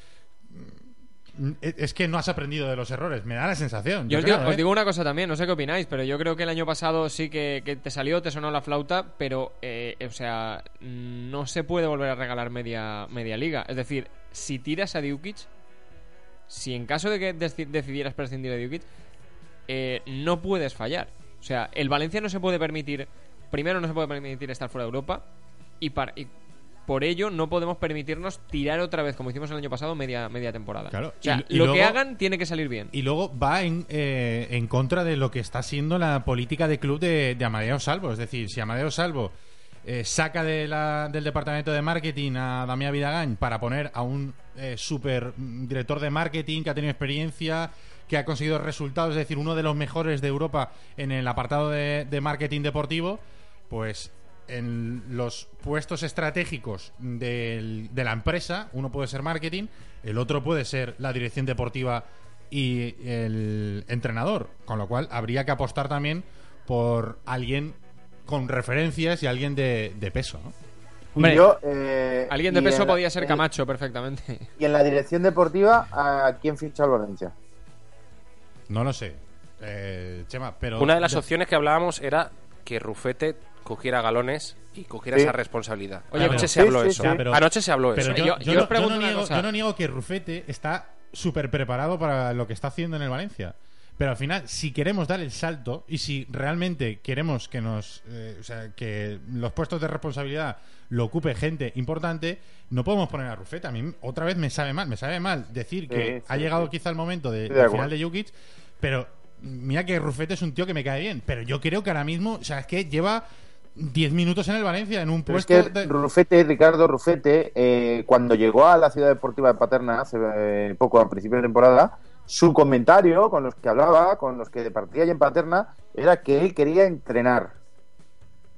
[SPEAKER 3] mm, es es que no has aprendido de los errores, me da la sensación.
[SPEAKER 5] Yo
[SPEAKER 3] yo
[SPEAKER 5] os digo,
[SPEAKER 3] creo,
[SPEAKER 5] os
[SPEAKER 3] ¿eh?
[SPEAKER 5] digo una cosa también, no sé qué opináis, pero yo creo que el año pasado sí que, que te salió, te sonó la flauta, pero, eh, o sea, no se puede volver a regalar media, media liga. Es decir, si tiras a Dukic, si en caso de que deci- decidieras prescindir de Dukic, eh, no puedes fallar. O sea, el Valencia no se puede permitir, primero no se puede permitir estar fuera de Europa y, par- y por ello no podemos permitirnos tirar otra vez, como hicimos el año pasado, media, media temporada.
[SPEAKER 3] Claro,
[SPEAKER 5] O sea,
[SPEAKER 3] y- y
[SPEAKER 5] lo que
[SPEAKER 3] luego-
[SPEAKER 5] hagan tiene que salir bien.
[SPEAKER 3] Y luego va en, eh, en contra de lo que está siendo la política de club de, de Amadeo Salvo. Es decir, si Amadeo Salvo eh, saca de la- del departamento de marketing a Damián Vidagán para poner a un eh, super mm, director de marketing que ha tenido experiencia, que ha conseguido resultados, es decir, uno de los mejores de Europa en el apartado de, de marketing deportivo, pues en los puestos estratégicos del- de la empresa, uno puede ser marketing, el otro puede ser la dirección deportiva y el entrenador, con lo cual habría que apostar también por alguien con referencias y alguien de, de peso. ¿no?
[SPEAKER 4] Hombre,
[SPEAKER 7] Y yo, eh,
[SPEAKER 5] Alguien de
[SPEAKER 7] y
[SPEAKER 5] peso
[SPEAKER 7] en la-
[SPEAKER 5] podía ser
[SPEAKER 7] en-
[SPEAKER 5] Camacho perfectamente. [laughs]
[SPEAKER 7] Y en la dirección deportiva, ¿a quién ficha el Valencia?
[SPEAKER 3] No lo sé, eh, Chema, pero...
[SPEAKER 6] Una de las opciones que hablábamos era que Rufete cogiera galones y cogiera
[SPEAKER 7] Sí.
[SPEAKER 6] esa responsabilidad.
[SPEAKER 5] Oye,
[SPEAKER 6] Anoche
[SPEAKER 3] pero-
[SPEAKER 6] se habló
[SPEAKER 7] Sí, sí,
[SPEAKER 6] eso.
[SPEAKER 7] sí.
[SPEAKER 3] Ya, pero-
[SPEAKER 6] Anoche se habló
[SPEAKER 3] Pero
[SPEAKER 6] eso. ¿eh?
[SPEAKER 3] yo, yo
[SPEAKER 5] Yo- yo
[SPEAKER 3] no-
[SPEAKER 5] os
[SPEAKER 3] yo
[SPEAKER 5] pregunto
[SPEAKER 3] no
[SPEAKER 5] una
[SPEAKER 3] niego,
[SPEAKER 5] cosa.
[SPEAKER 3] yo no niego que Rufete está súper preparado para lo que está haciendo en el Valencia. Pero al final, si queremos dar el salto y si realmente queremos que nos, eh, o sea, que los puestos de responsabilidad lo ocupe gente importante, no podemos poner a Rufete. A mí otra vez me sabe mal, me sabe mal decir que
[SPEAKER 7] sí,
[SPEAKER 3] ha llegado
[SPEAKER 7] sí.
[SPEAKER 3] quizá el momento de,
[SPEAKER 7] Estoy de
[SPEAKER 3] del
[SPEAKER 7] acuerdo.
[SPEAKER 3] final de Jukic, pero Mira que Rufete es un tío que me cae bien, pero yo creo que ahora mismo, o sea, es que lleva 10 minutos en el Valencia, en un
[SPEAKER 7] Pero es
[SPEAKER 3] puesto.
[SPEAKER 7] que
[SPEAKER 3] Pues de-
[SPEAKER 7] Rufete, Ricardo Rufete, eh, cuando llegó a la ciudad deportiva de Paterna hace eh, poco, al principio de temporada, su comentario con los que hablaba, con los que departía allí en Paterna, era que él quería entrenar.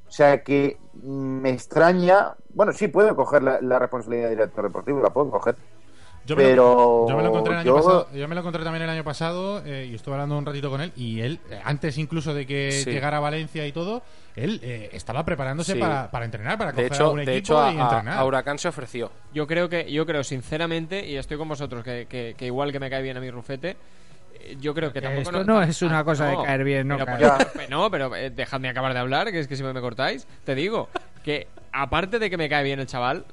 [SPEAKER 7] O sea que mm, me extraña. Bueno, sí, puedo coger la, la responsabilidad de director deportivo, la puedo coger.
[SPEAKER 3] Yo me,
[SPEAKER 7] pero
[SPEAKER 3] lo, yo me lo encontré el año
[SPEAKER 7] yo-
[SPEAKER 3] pasado, yo me lo encontré también el año pasado eh, y estuve hablando un ratito con él y él, eh, antes incluso de que
[SPEAKER 6] Sí.
[SPEAKER 3] llegara a Valencia y todo, él eh, estaba preparándose
[SPEAKER 6] Sí.
[SPEAKER 3] para, para entrenar, para
[SPEAKER 6] De
[SPEAKER 3] coger a
[SPEAKER 6] hecho,
[SPEAKER 3] un
[SPEAKER 6] de
[SPEAKER 3] equipo
[SPEAKER 6] hecho a,
[SPEAKER 3] y
[SPEAKER 6] a-
[SPEAKER 3] entrenar.
[SPEAKER 6] a Huracán se ofreció.
[SPEAKER 5] Yo creo que, yo creo sinceramente, y estoy con vosotros, que, que- que igual que me cae bien a mi rufete, eh, yo creo que tampoco. Ah,
[SPEAKER 4] Esto no es una cosa de caer bien, no
[SPEAKER 5] Pero,
[SPEAKER 4] caer
[SPEAKER 5] pues, no, pero eh, dejadme acabar de hablar, que es que si me me cortáis, te digo que aparte de que me cae bien el chaval,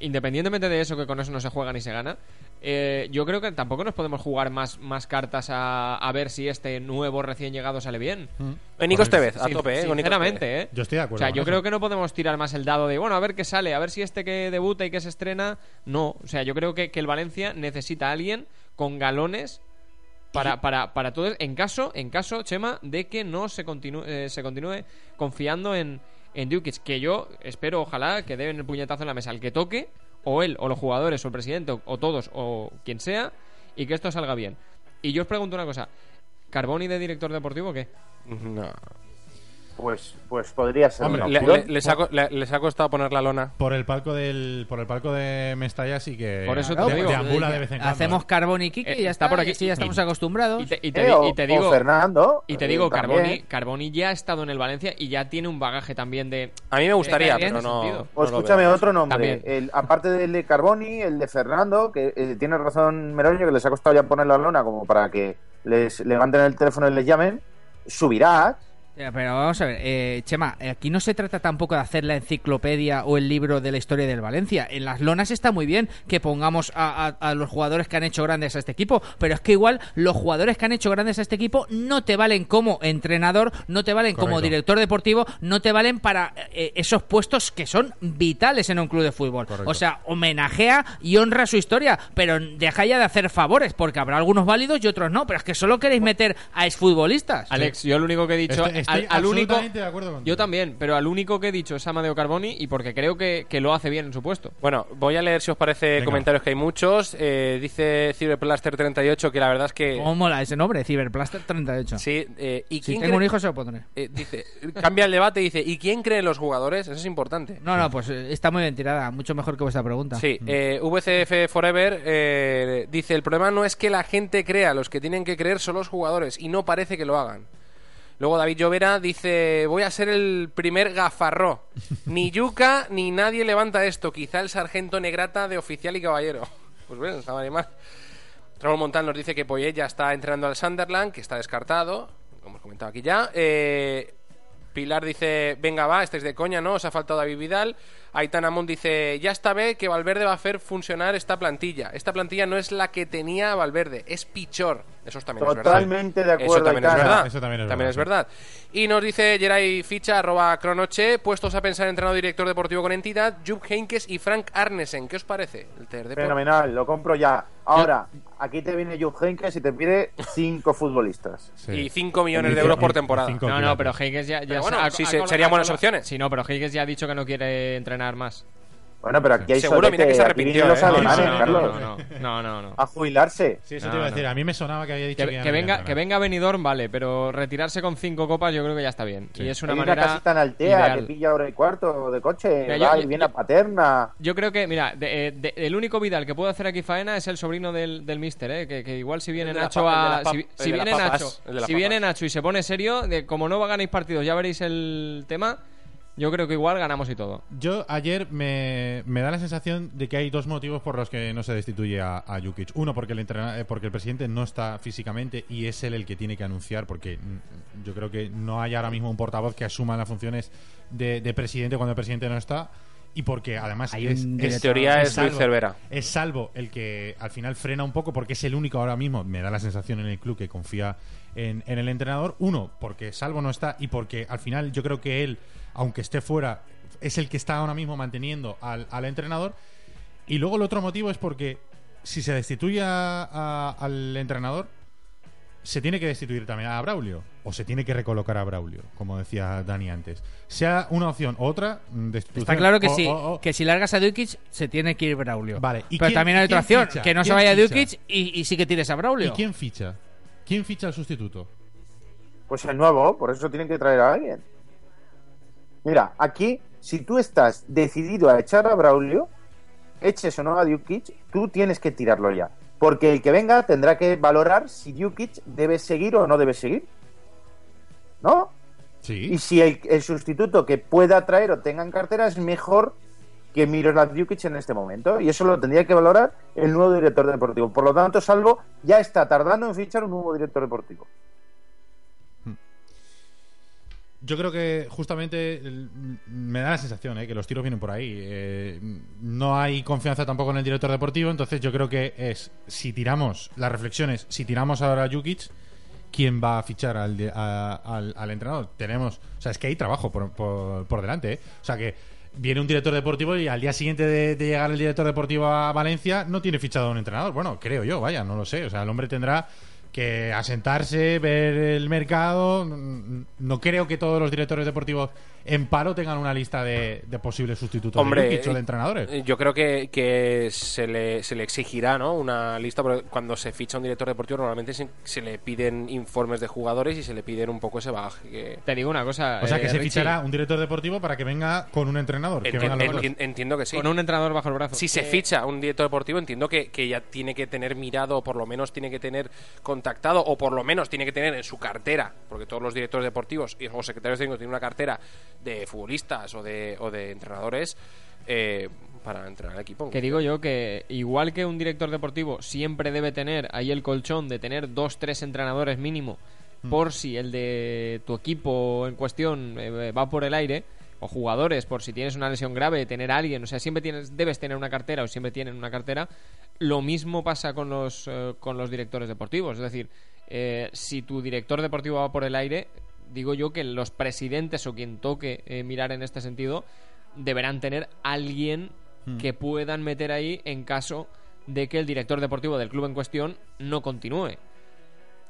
[SPEAKER 5] independientemente de eso, que con eso no se juega ni se gana, eh, yo creo que tampoco nos podemos jugar más, más cartas a, a ver si este nuevo recién llegado sale bien.
[SPEAKER 6] Eh, Nikos
[SPEAKER 3] Correcto.
[SPEAKER 6] Tevez, a
[SPEAKER 5] Sin-
[SPEAKER 6] tope, ¿eh? con Nikos Tevez.
[SPEAKER 5] Sinceramente, ¿eh?
[SPEAKER 3] Yo estoy de
[SPEAKER 5] O
[SPEAKER 3] acuerdo.
[SPEAKER 5] sea,
[SPEAKER 3] con
[SPEAKER 5] yo
[SPEAKER 3] eso.
[SPEAKER 5] creo que no podemos tirar más el dado de, bueno, a ver qué sale, a ver si este que debuta y que se estrena. No, o sea, yo creo que, que el Valencia necesita a alguien con galones para, para, para todo. En caso, en caso, Chema, de que no se continúe, eh, se continúe confiando en, en Dukic, que yo espero, ojalá, que den el puñetazo en la mesa al que toque, o él, o los jugadores, o el presidente, o, o todos, o quien sea, y que esto salga bien. Y yo os pregunto una cosa. ¿Carboni de director deportivo o qué?
[SPEAKER 6] No.
[SPEAKER 7] Pues, pues podría ser.
[SPEAKER 3] ¿eh? Hombre,
[SPEAKER 7] una
[SPEAKER 6] Le-
[SPEAKER 7] opción.
[SPEAKER 6] le- les, ha, co- le- les ha costado poner la lona.
[SPEAKER 3] Por el palco del por el palco de Mestalla sí que
[SPEAKER 5] Por eso te
[SPEAKER 3] Claro,
[SPEAKER 5] digo.
[SPEAKER 3] deambula de vez en cuando.
[SPEAKER 4] Hacemos
[SPEAKER 3] ¿eh?
[SPEAKER 4] carbón y Kiki
[SPEAKER 5] Eh,
[SPEAKER 4] y ya
[SPEAKER 5] está
[SPEAKER 4] está,
[SPEAKER 5] por
[SPEAKER 4] por
[SPEAKER 5] aquí.
[SPEAKER 4] ya estamos
[SPEAKER 3] Y-
[SPEAKER 4] acostumbrados.
[SPEAKER 5] Y te, y
[SPEAKER 7] Eh,
[SPEAKER 5] te-
[SPEAKER 7] o-
[SPEAKER 5] y te
[SPEAKER 7] o
[SPEAKER 5] digo.
[SPEAKER 7] Fernando.
[SPEAKER 5] Y te
[SPEAKER 7] eh,
[SPEAKER 5] digo,
[SPEAKER 7] también.
[SPEAKER 5] Carboni, Carboni ya ha estado en el Valencia y ya tiene un bagaje también de.
[SPEAKER 6] A mí me gustaría,
[SPEAKER 5] cae bien
[SPEAKER 6] pero
[SPEAKER 5] ese
[SPEAKER 6] no.
[SPEAKER 5] sentido.
[SPEAKER 6] no
[SPEAKER 7] O
[SPEAKER 6] lo
[SPEAKER 7] escúchame
[SPEAKER 6] veo.
[SPEAKER 7] otro nombre.
[SPEAKER 5] También.
[SPEAKER 7] El, aparte del de Carboni, el de Fernando, que eh, tiene razón Meroño, que les ha costado ya poner la lona como para que les levanten el teléfono y les llamen. Subirá.
[SPEAKER 4] Ya, Pero vamos a ver, eh, Chema, aquí no se trata tampoco de hacer la enciclopedia o el libro de la historia del Valencia. En las lonas está muy bien que pongamos a, a- a los jugadores que han hecho grandes a este equipo, pero es que igual los jugadores que han hecho grandes a este equipo no te valen como entrenador, no te valen como
[SPEAKER 3] Correcto.
[SPEAKER 4] director deportivo, no te valen para eh, esos puestos que son vitales en un club de fútbol.
[SPEAKER 3] Correcto.
[SPEAKER 4] O sea, homenajea y honra su historia, pero deja ya de hacer favores, porque habrá algunos válidos y otros no, pero es que solo queréis meter a exfutbolistas.
[SPEAKER 5] Alex, yo lo único que he dicho.
[SPEAKER 3] Estoy- estoy
[SPEAKER 5] al, al único,
[SPEAKER 3] absolutamente de acuerdo contigo.
[SPEAKER 5] yo también, pero al único que he dicho es Amadeo Carboni y porque creo que, que lo hace bien en su puesto.
[SPEAKER 6] Bueno, voy a leer si os parece
[SPEAKER 3] Venga.
[SPEAKER 6] comentarios que hay muchos. Eh, dice Ciberplaster38 que la verdad es que.
[SPEAKER 4] ¿Cómo mola ese nombre? Cyberplaster 38.
[SPEAKER 6] Sí, eh, ¿y
[SPEAKER 4] si
[SPEAKER 6] quién
[SPEAKER 4] tengo
[SPEAKER 6] cree-
[SPEAKER 4] un hijo se lo pondré.
[SPEAKER 6] eh, dice, cambia el debate y dice: ¿Y quién cree en los jugadores? Eso es importante.
[SPEAKER 4] No, no, pues eh, está muy bien tirada. Mucho mejor que vuestra pregunta.
[SPEAKER 6] Sí, eh, VCF Forever eh, dice: el problema no es que la gente crea, los que tienen que creer son los jugadores y no parece que lo hagan. Luego David Llovera dice: Voy a ser el primer gafarró. Ni Yuca ni nadie levanta esto. Quizá el sargento Negrata de oficial y caballero. [laughs] Pues bueno, está mal y mal. Raúl Montal nos dice que Poyet ya está entrenando al Sunderland, que está descartado. Como hemos comentado aquí ya. Eh, Pilar dice, venga va, estáis de coña, ¿no? Os ha faltado David Vidal. Aitana Mont dice, ya está ve que Valverde va a hacer funcionar esta plantilla. Esta plantilla no es la que tenía Valverde, es Pichor. Eso también
[SPEAKER 7] Totalmente
[SPEAKER 6] es
[SPEAKER 7] de
[SPEAKER 6] verdad.
[SPEAKER 7] acuerdo,
[SPEAKER 6] Eso también es
[SPEAKER 7] Aitana.
[SPEAKER 6] verdad.
[SPEAKER 3] Eso también es
[SPEAKER 6] También
[SPEAKER 3] verdad,
[SPEAKER 6] es verdad. Y nos dice Geray Ficha, arroba cronoche, puestos a pensar entrenador director deportivo con entidad, Jupp Heinkes y Frank Arnesen. ¿Qué os parece? El Ter Depor?
[SPEAKER 7] Fenomenal, lo compro ya. Ahora, aquí te viene Jupp que y te pide cinco futbolistas.
[SPEAKER 3] Sí.
[SPEAKER 6] Y 5 millones de euros por
[SPEAKER 3] Y- y
[SPEAKER 6] temporada.
[SPEAKER 3] cinco
[SPEAKER 5] No, no,
[SPEAKER 3] kilos.
[SPEAKER 5] pero Higgins ya. ya
[SPEAKER 6] Pero bueno,
[SPEAKER 5] ha-
[SPEAKER 6] sí,
[SPEAKER 5] ha
[SPEAKER 6] se-
[SPEAKER 5] colocado-
[SPEAKER 6] serían buenas
[SPEAKER 5] ha colocado-
[SPEAKER 6] opciones.
[SPEAKER 5] Sí, no, pero Higgins ya ha dicho que no quiere entrenar más.
[SPEAKER 7] Bueno, pero aquí hay
[SPEAKER 6] Seguro,
[SPEAKER 7] solete,
[SPEAKER 6] mira que se
[SPEAKER 7] aquí
[SPEAKER 6] arrepintió,
[SPEAKER 7] vienen los
[SPEAKER 6] ¿eh? No,
[SPEAKER 7] alemanes,
[SPEAKER 3] no, no,
[SPEAKER 7] Carlos.
[SPEAKER 5] no, no, no, no, no.
[SPEAKER 7] A jubilarse.
[SPEAKER 3] Sí, eso
[SPEAKER 5] No,
[SPEAKER 3] te iba a
[SPEAKER 5] no.
[SPEAKER 3] decir. A mí me sonaba que había dicho
[SPEAKER 5] Que,
[SPEAKER 3] que, ya
[SPEAKER 5] que
[SPEAKER 3] no
[SPEAKER 5] venga,
[SPEAKER 3] quería
[SPEAKER 5] que
[SPEAKER 3] entrenar.
[SPEAKER 5] venga Benidorm, vale, pero retirarse con cinco copas yo creo que ya está bien. Y es una
[SPEAKER 7] Hay
[SPEAKER 5] manera
[SPEAKER 7] una casita en Altea
[SPEAKER 5] ideal.
[SPEAKER 7] que pilla hora y cuarto de coche.
[SPEAKER 5] Mira, yo-
[SPEAKER 7] va y
[SPEAKER 5] yo-
[SPEAKER 7] viene
[SPEAKER 5] yo-
[SPEAKER 7] a Paterna.
[SPEAKER 5] Yo creo que, mira, de- eh, de- el único Vidal que puedo hacer aquí faena es el sobrino del, del mister, ¿eh? que, que igual si viene
[SPEAKER 6] El de la
[SPEAKER 5] Nacho
[SPEAKER 6] papa-
[SPEAKER 5] a...
[SPEAKER 6] el de la
[SPEAKER 5] Si,
[SPEAKER 6] pap-
[SPEAKER 5] si
[SPEAKER 6] el de la
[SPEAKER 5] viene
[SPEAKER 6] papas,
[SPEAKER 5] Nacho,
[SPEAKER 6] el de la
[SPEAKER 5] si viene
[SPEAKER 6] papas.
[SPEAKER 5] Nacho y se pone serio, de, como no ganáis partidos, ya veréis el tema, yo creo que igual ganamos y todo.
[SPEAKER 3] Yo ayer me, me da la sensación de que hay dos motivos por los que no se destituye a, a Jukic. Uno, porque el, entrena- eh, porque el presidente no está físicamente y es él el que tiene que anunciar, porque mm, yo creo que no hay ahora mismo un portavoz que asuma las funciones de, de presidente cuando el presidente no está. Y porque además
[SPEAKER 4] Hay
[SPEAKER 3] es,
[SPEAKER 4] un
[SPEAKER 3] es-
[SPEAKER 4] director-
[SPEAKER 6] teoría es Luis
[SPEAKER 3] salvo-
[SPEAKER 6] Cervera.
[SPEAKER 3] Es salvo el que al final frena un poco porque es el único ahora mismo, me da la sensación en el club que confía en, en el entrenador. Uno, porque salvo no está y porque al final yo creo que él, aunque esté fuera, es el que está ahora mismo manteniendo al, al entrenador. Y luego el otro motivo es porque si se destituye a- a- al entrenador, se tiene que destituir también a Braulio o se tiene que recolocar a Braulio, como decía Dani antes. Sea una opción u otra, mm, destitución.
[SPEAKER 4] Está claro que
[SPEAKER 3] O-
[SPEAKER 4] sí,
[SPEAKER 3] o- o-
[SPEAKER 4] que si largas a Dukic se tiene que ir Braulio.
[SPEAKER 3] oh, Vale, ¿y
[SPEAKER 4] Pero
[SPEAKER 3] quién-
[SPEAKER 4] también hay
[SPEAKER 3] y
[SPEAKER 4] otra
[SPEAKER 3] quién
[SPEAKER 4] opción,
[SPEAKER 3] ficha?
[SPEAKER 4] que no se
[SPEAKER 3] ¿Quién
[SPEAKER 4] vaya
[SPEAKER 3] ficha?
[SPEAKER 4] Dukic y, y sí que tires a Braulio.
[SPEAKER 3] ¿Y quién ficha? ¿Quién ficha al sustituto?
[SPEAKER 7] Pues el nuevo, por eso tienen que traer a alguien. Mira, aquí, si tú estás decidido a echar a Braulio, eches o no a Dukic, tú tienes que tirarlo ya. Porque el que venga tendrá que valorar si Dukic debe seguir o no debe seguir. ¿No? Y
[SPEAKER 3] Sí.
[SPEAKER 7] si el, el sustituto que pueda traer o tenga en cartera es mejor que Miroslav Djukic en este momento. Y eso lo tendría que valorar el nuevo director deportivo. Por lo tanto, Salvo ya está tardando en fichar un nuevo director deportivo.
[SPEAKER 3] Yo creo que justamente el- me da la sensación ¿eh? que los tiros vienen por ahí. Eh, no hay confianza tampoco en el director deportivo, entonces yo creo que es, si tiramos las reflexiones, si tiramos ahora a Jukic, ¿quién va a fichar al, de- a- al, al entrenador? Tenemos, o sea, es que hay trabajo por, por- por delante. ¿eh? O sea que viene un director deportivo y al día siguiente de, de llegar el director deportivo a Valencia no tiene fichado a un entrenador. Bueno, creo yo, vaya, no lo sé. O sea, el hombre tendrá que asentarse, ver el mercado. Mm, No creo que todos los directores deportivos en paro tengan una lista de, de posibles sustitutos
[SPEAKER 6] Hombre,
[SPEAKER 3] de Jokic o de
[SPEAKER 6] eh,
[SPEAKER 3] entrenadores.
[SPEAKER 6] eh, Yo creo que, que se, le, se le exigirá ¿no? una lista, porque cuando se ficha un director deportivo normalmente se, se le piden informes de jugadores y se le piden un poco ese bagaje. que-
[SPEAKER 5] Te digo una cosa.
[SPEAKER 3] o sea, que
[SPEAKER 5] eh,
[SPEAKER 3] se
[SPEAKER 5] Richie,
[SPEAKER 3] fichará un director deportivo para que venga con un entrenador. que
[SPEAKER 6] Enti-
[SPEAKER 3] vengan los dos.
[SPEAKER 6] enti- entiendo que sí.
[SPEAKER 5] Con un entrenador bajo el brazo.
[SPEAKER 6] Si se ficha un director deportivo, entiendo que, que ya tiene que tener mirado, o por lo menos tiene que tener contactado, o por lo menos tiene que tener en su cartera, porque todos los directores deportivos y- o secretarios técnicos tienen una cartera de futbolistas o de, o de entrenadores eh, para entrenar al equipo.
[SPEAKER 5] Que digo yo que igual que un director deportivo siempre debe tener ahí el colchón de tener dos, tres entrenadores mínimo por si el de tu equipo en cuestión eh, va por el aire o jugadores por si tienes una lesión grave tener a alguien o sea siempre tienes debes tener una cartera o siempre tienen una cartera lo mismo pasa con los eh, con los directores deportivos es decir eh, si tu director deportivo va por el aire digo yo que los presidentes o quien toque eh, mirar en este sentido deberán tener alguien
[SPEAKER 3] Hmm.
[SPEAKER 5] que puedan meter ahí en caso de que el director deportivo del club en cuestión no continúe.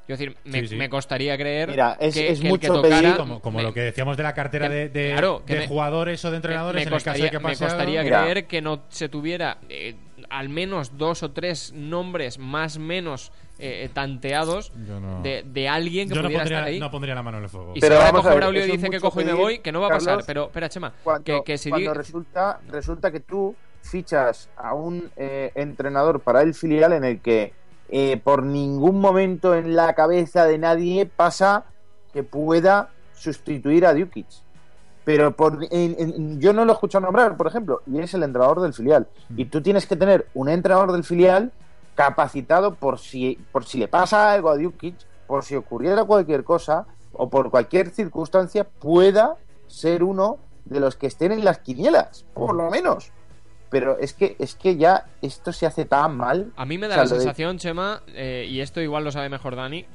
[SPEAKER 5] Yo decir, me,
[SPEAKER 3] Sí, sí.
[SPEAKER 5] me costaría creer
[SPEAKER 7] Mira, es-
[SPEAKER 5] que,
[SPEAKER 7] es
[SPEAKER 5] que el que
[SPEAKER 7] mucho
[SPEAKER 5] tocara-
[SPEAKER 7] pedir-
[SPEAKER 3] como, como
[SPEAKER 5] me-
[SPEAKER 3] lo que decíamos de la cartera
[SPEAKER 5] que-
[SPEAKER 3] de, de-
[SPEAKER 5] claro, que
[SPEAKER 3] de
[SPEAKER 5] me-
[SPEAKER 3] jugadores o de entrenadores
[SPEAKER 5] me
[SPEAKER 3] en el caso de
[SPEAKER 5] costaría,
[SPEAKER 3] que
[SPEAKER 5] me
[SPEAKER 3] pase
[SPEAKER 5] costaría
[SPEAKER 3] algo.
[SPEAKER 7] Mira.
[SPEAKER 5] creer que no se tuviera eh, al menos dos o tres nombres más menos eh, tanteados
[SPEAKER 3] Yo no-
[SPEAKER 5] de, de alguien que
[SPEAKER 3] Yo no
[SPEAKER 5] pudiera
[SPEAKER 3] pondría,
[SPEAKER 5] estar ahí.
[SPEAKER 3] no pondría la mano en el fuego.
[SPEAKER 5] y
[SPEAKER 7] Pero
[SPEAKER 5] si ahora
[SPEAKER 7] vamos a
[SPEAKER 5] coge
[SPEAKER 7] ver,
[SPEAKER 5] Braulio y
[SPEAKER 7] eso es
[SPEAKER 5] dice que
[SPEAKER 7] mucho
[SPEAKER 5] cojo y me
[SPEAKER 7] pedir,
[SPEAKER 5] voy, que no va a pasar.
[SPEAKER 7] Carlos,
[SPEAKER 5] pero, espera, Chema,
[SPEAKER 7] cuando,
[SPEAKER 5] que, que si
[SPEAKER 7] cuando
[SPEAKER 5] di-
[SPEAKER 7] resulta, resulta que tú fichas a un eh, entrenador para el filial en el que eh, por ningún momento en la cabeza de nadie pasa que pueda sustituir a Dukic. Pero por, en- en- yo no lo he escuchado nombrar, por ejemplo, y es el entrenador del filial.
[SPEAKER 5] Mm.
[SPEAKER 7] Y tú tienes que tener un entrenador del filial capacitado por si, por si le pasa algo a Dukic, por si ocurriera cualquier cosa o por cualquier circunstancia, pueda ser uno de los que estén en las quinielas, por lo menos. Pero es que, es que ya esto se hace tan mal.
[SPEAKER 5] A mí me da
[SPEAKER 7] O sea,
[SPEAKER 5] la
[SPEAKER 7] lo de-
[SPEAKER 5] sensación, Chema, eh, y esto igual lo sabe mejor Dani,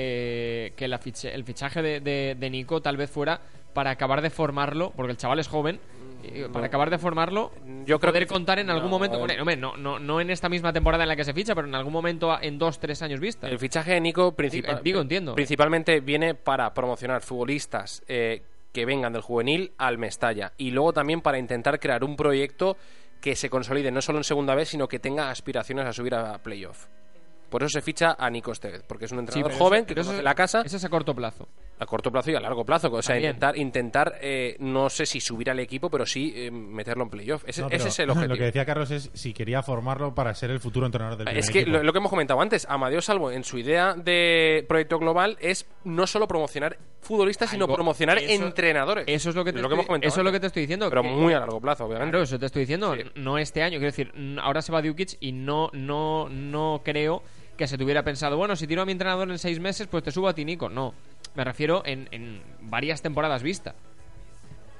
[SPEAKER 5] que, que la fiche- el fichaje de, de- de Nico tal vez fuera para acabar de formarlo, porque el chaval es joven, eh,
[SPEAKER 7] Mm,
[SPEAKER 5] para acabar de formarlo,
[SPEAKER 6] Yo creo
[SPEAKER 5] poder
[SPEAKER 6] que-
[SPEAKER 5] contar en algún
[SPEAKER 6] no,
[SPEAKER 5] momento,
[SPEAKER 6] el-
[SPEAKER 5] con él. Hombre, no, no, no en esta misma temporada en la que se ficha, pero en algún momento a- en dos, tres años vista.
[SPEAKER 6] El fichaje de Nico principal-
[SPEAKER 5] Digo, digo, entiendo.
[SPEAKER 6] principalmente viene para promocionar futbolistas eh, que vengan del juvenil al Mestalla y luego también para intentar crear un proyecto que se consolide no solo en segunda vez, sino que tenga aspiraciones a subir a playoff. Por eso se ficha a Nico Estevez, porque es un
[SPEAKER 5] Sí,
[SPEAKER 6] entrenador
[SPEAKER 5] pero
[SPEAKER 6] joven
[SPEAKER 5] eso-
[SPEAKER 6] que
[SPEAKER 5] pero
[SPEAKER 6] conoce
[SPEAKER 5] eso-
[SPEAKER 6] la casa
[SPEAKER 5] Eso es a corto plazo.
[SPEAKER 6] a corto plazo y a largo plazo. O sea,
[SPEAKER 5] También.
[SPEAKER 6] intentar, intentar eh, no sé si subir al equipo, pero sí eh, meterlo en playoff. Ese,
[SPEAKER 3] No,
[SPEAKER 6] ese
[SPEAKER 3] pero
[SPEAKER 6] es el
[SPEAKER 3] [laughs]
[SPEAKER 6] objetivo.
[SPEAKER 3] Lo que decía Carlos es si quería formarlo para ser el futuro entrenador del primer
[SPEAKER 6] Es que
[SPEAKER 3] equipo.
[SPEAKER 6] lo, lo que hemos comentado antes, Amadeo Salvo en su idea de proyecto global es no solo promocionar futbolistas, sino
[SPEAKER 5] Algo-
[SPEAKER 6] promocionar
[SPEAKER 5] eso-
[SPEAKER 6] entrenadores.
[SPEAKER 5] Eso es lo que te, estoy,
[SPEAKER 6] hemos comentado.
[SPEAKER 5] eso es lo que te
[SPEAKER 6] antes.
[SPEAKER 5] estoy diciendo.
[SPEAKER 6] Pero
[SPEAKER 5] que-
[SPEAKER 6] muy a largo plazo, obviamente.
[SPEAKER 5] Claro, eso te estoy diciendo,
[SPEAKER 6] Sí.
[SPEAKER 5] no este año. Quiero decir, n- ahora se va Dukic y no, no, no creo que se tuviera pensado, bueno, si tiro a mi entrenador en seis meses, pues te subo a ti, Nico. No, me refiero en, en varias temporadas vista.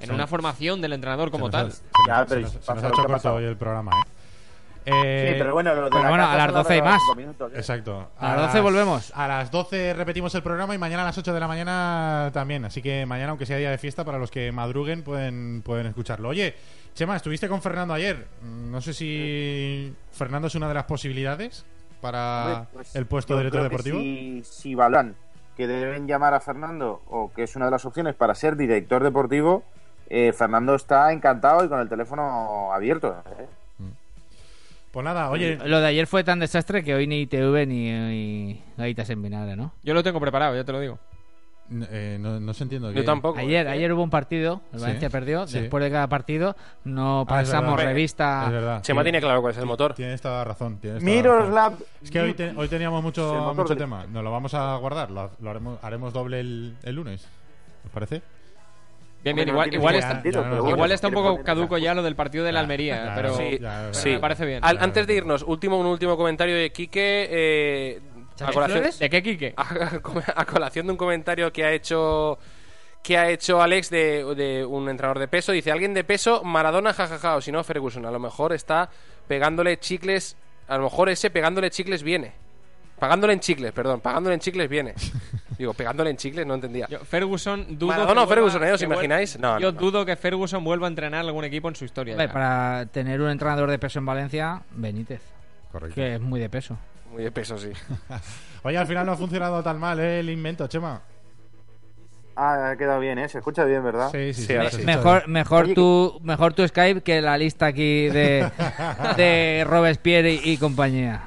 [SPEAKER 5] En
[SPEAKER 3] Sí.
[SPEAKER 5] una formación del entrenador
[SPEAKER 3] Se
[SPEAKER 5] como
[SPEAKER 3] nos
[SPEAKER 5] tal.
[SPEAKER 3] ha- se nos-
[SPEAKER 7] Ya, pero
[SPEAKER 3] se nos, se
[SPEAKER 7] pasa
[SPEAKER 3] nos ha
[SPEAKER 7] lo
[SPEAKER 3] hecho
[SPEAKER 7] que ha
[SPEAKER 3] corto
[SPEAKER 7] pasado.
[SPEAKER 3] hoy el programa, ¿eh? Eh,
[SPEAKER 7] Sí, pero bueno, lo de
[SPEAKER 4] pero
[SPEAKER 7] la
[SPEAKER 4] bueno,
[SPEAKER 7] casa
[SPEAKER 4] a las
[SPEAKER 7] solo
[SPEAKER 4] 12 y
[SPEAKER 7] daba
[SPEAKER 4] más.
[SPEAKER 7] cinco minutos, ¿eh?
[SPEAKER 3] Exacto.
[SPEAKER 4] A las 12 volvemos.
[SPEAKER 3] Pues A las 12 repetimos el programa y mañana a las 8 de la mañana también. Así que mañana, aunque sea día de fiesta, para los que madruguen pueden, pueden escucharlo. Oye, Chema, estuviste con Fernando ayer. Mm, No sé si Fernando es una de las posibilidades. para
[SPEAKER 7] Pues,
[SPEAKER 3] el puesto
[SPEAKER 7] yo
[SPEAKER 3] de director
[SPEAKER 7] creo que
[SPEAKER 3] deportivo?
[SPEAKER 7] Si, si valoran que deben llamar a Fernando, o que es una de las opciones para ser director deportivo, eh, Fernando está encantado y con el teléfono abierto. ¿eh?
[SPEAKER 3] Pues nada, oye,
[SPEAKER 4] Lo de ayer fue tan desastre que hoy ni ITV ni, ni Gaitas en Vinagre, ¿no?
[SPEAKER 5] Yo lo tengo preparado, ya te lo digo.
[SPEAKER 3] n- eh, no, no se entiendo
[SPEAKER 6] Yo
[SPEAKER 3] bien.
[SPEAKER 6] tampoco.
[SPEAKER 4] Ayer, ayer hubo un partido, el
[SPEAKER 3] Sí,
[SPEAKER 4] Valencia perdió,
[SPEAKER 3] sí.
[SPEAKER 4] después de cada partido no
[SPEAKER 3] Ah, es
[SPEAKER 4] pasamos
[SPEAKER 3] verdad.
[SPEAKER 4] revista.
[SPEAKER 3] Es verdad.
[SPEAKER 6] Chema
[SPEAKER 3] tiene-
[SPEAKER 6] tiene claro cuál es el motor.
[SPEAKER 3] Tienes toda la razón. tienes toda la razón.
[SPEAKER 7] Miroslav.
[SPEAKER 3] Es que hoy, te- hoy teníamos
[SPEAKER 7] Se me
[SPEAKER 3] mucho,
[SPEAKER 7] ocurre.
[SPEAKER 3] mucho tema. Nos lo vamos a guardar. Lo, lo haremos, haremos doble el, el lunes. ¿Os parece?
[SPEAKER 5] Bien, bien,
[SPEAKER 7] Hombre, no
[SPEAKER 5] igual,
[SPEAKER 7] tiene
[SPEAKER 5] igual
[SPEAKER 7] ningún
[SPEAKER 3] está-
[SPEAKER 5] está,
[SPEAKER 7] sentido,
[SPEAKER 3] ya no
[SPEAKER 7] pero
[SPEAKER 3] nos
[SPEAKER 7] bueno,
[SPEAKER 5] igual está un
[SPEAKER 7] quiere
[SPEAKER 5] poco
[SPEAKER 7] poner-
[SPEAKER 5] caduco ya lo del partido de la Almería,
[SPEAKER 3] claro,
[SPEAKER 5] pero...
[SPEAKER 3] sí,
[SPEAKER 5] Sí.
[SPEAKER 3] ya,
[SPEAKER 6] sí.
[SPEAKER 5] me parece bien.
[SPEAKER 6] Al- antes de irnos, último, un último comentario de Quique. eh, a,
[SPEAKER 4] ¿Sánchez
[SPEAKER 6] colación,
[SPEAKER 4] Flores?
[SPEAKER 5] ¿De qué, Quique?
[SPEAKER 6] a- [laughs] a colación de un comentario que ha hecho que ha hecho Alex de, de un entrenador de peso. Dice, alguien de peso, Maradona, jajaja, o si no, Ferguson. A lo mejor está pegándole chicles, a lo mejor ese pegándole chicles viene. Pagándole en chicles, perdón, pagándole en
[SPEAKER 3] [laughs]
[SPEAKER 6] chicles viene. Digo, pegándole en chicles, no entendía.
[SPEAKER 5] Yo- Ferguson dudo
[SPEAKER 6] Maradona
[SPEAKER 5] que
[SPEAKER 6] o Ferguson,
[SPEAKER 5] vuelva-
[SPEAKER 6] ¿eh? ¿Os
[SPEAKER 5] que vuel-
[SPEAKER 6] imagináis? No, no,
[SPEAKER 5] Yo
[SPEAKER 6] no.
[SPEAKER 5] dudo que Ferguson vuelva a entrenar algún equipo en su historia.
[SPEAKER 4] Hombre,
[SPEAKER 5] ya.
[SPEAKER 4] para tener un entrenador de peso en Valencia, Benítez,
[SPEAKER 3] Correcto.
[SPEAKER 4] que es muy de peso.
[SPEAKER 6] Muy
[SPEAKER 3] [laughs]
[SPEAKER 6] de peso, sí.
[SPEAKER 3] Oye, al final no ha funcionado tan mal ¿eh? el invento, Chema.
[SPEAKER 7] Ah, ha quedado bien, ¿eh? Se escucha bien, ¿verdad?
[SPEAKER 3] Sí,
[SPEAKER 6] Sí, ahora
[SPEAKER 3] se
[SPEAKER 6] sí.
[SPEAKER 3] escucha
[SPEAKER 4] Mejor,
[SPEAKER 3] bien.
[SPEAKER 4] mejor
[SPEAKER 7] Oye,
[SPEAKER 4] tu, mejor tu Skype que la lista aquí de, de Robespierre y, y compañía.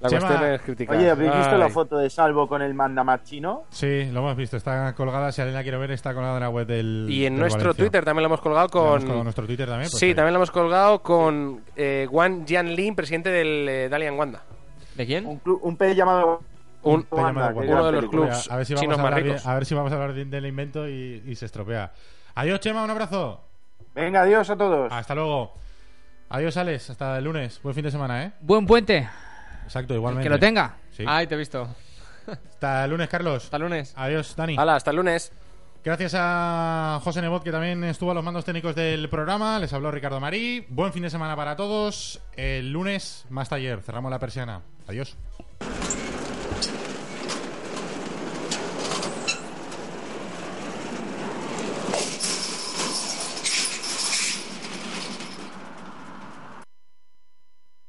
[SPEAKER 6] La
[SPEAKER 3] Chema,
[SPEAKER 6] cuestión es criticar. Ah,
[SPEAKER 7] Oye, ¿habéis visto la
[SPEAKER 6] Ay.
[SPEAKER 7] foto de Salvo con el mandamás chino?
[SPEAKER 3] Sí, lo hemos visto. Está colgada, si alguien la quiere ver, está colgada en la web del.
[SPEAKER 6] Y en
[SPEAKER 3] del
[SPEAKER 6] nuestro
[SPEAKER 3] Valencia.
[SPEAKER 6] Twitter también lo hemos colgado
[SPEAKER 3] La hemos
[SPEAKER 6] con...
[SPEAKER 3] colgado en nuestro Twitter también. pues
[SPEAKER 6] sí,
[SPEAKER 3] ahí.
[SPEAKER 6] también lo hemos colgado con eh, Wang Jianlin, presidente del eh, Dalian Wanda.
[SPEAKER 5] ¿De quién?
[SPEAKER 7] Un, club, un pez llamado.
[SPEAKER 6] Un-
[SPEAKER 3] Te llama
[SPEAKER 7] Wanda,
[SPEAKER 3] de
[SPEAKER 7] que
[SPEAKER 6] uno
[SPEAKER 7] gran
[SPEAKER 6] de los
[SPEAKER 7] película.
[SPEAKER 6] clubs.
[SPEAKER 3] a ver si
[SPEAKER 6] chinos
[SPEAKER 3] vamos a
[SPEAKER 6] más
[SPEAKER 3] hablar bien-
[SPEAKER 6] ricos.
[SPEAKER 3] a ver si vamos a hablar bien del invento y, y se estropea. Adiós, Chema, un abrazo.
[SPEAKER 7] Venga, adiós a todos.
[SPEAKER 3] Hasta luego. Adiós, Alex. Hasta el lunes. Buen fin de semana, ¿eh?
[SPEAKER 4] Buen puente,
[SPEAKER 3] Exacto, igualmente.
[SPEAKER 4] que lo tenga.
[SPEAKER 3] Sí.
[SPEAKER 5] Ay, te he visto.
[SPEAKER 3] Hasta el lunes, Carlos.
[SPEAKER 5] Hasta el lunes.
[SPEAKER 3] Adiós, Dani.
[SPEAKER 6] Hala, hasta el lunes.
[SPEAKER 3] Gracias a José Nebot, que también estuvo a los mandos técnicos del programa. Les habló Ricardo Marí. Buen fin de semana para todos. El lunes, más taller. Cerramos la persiana. Adiós.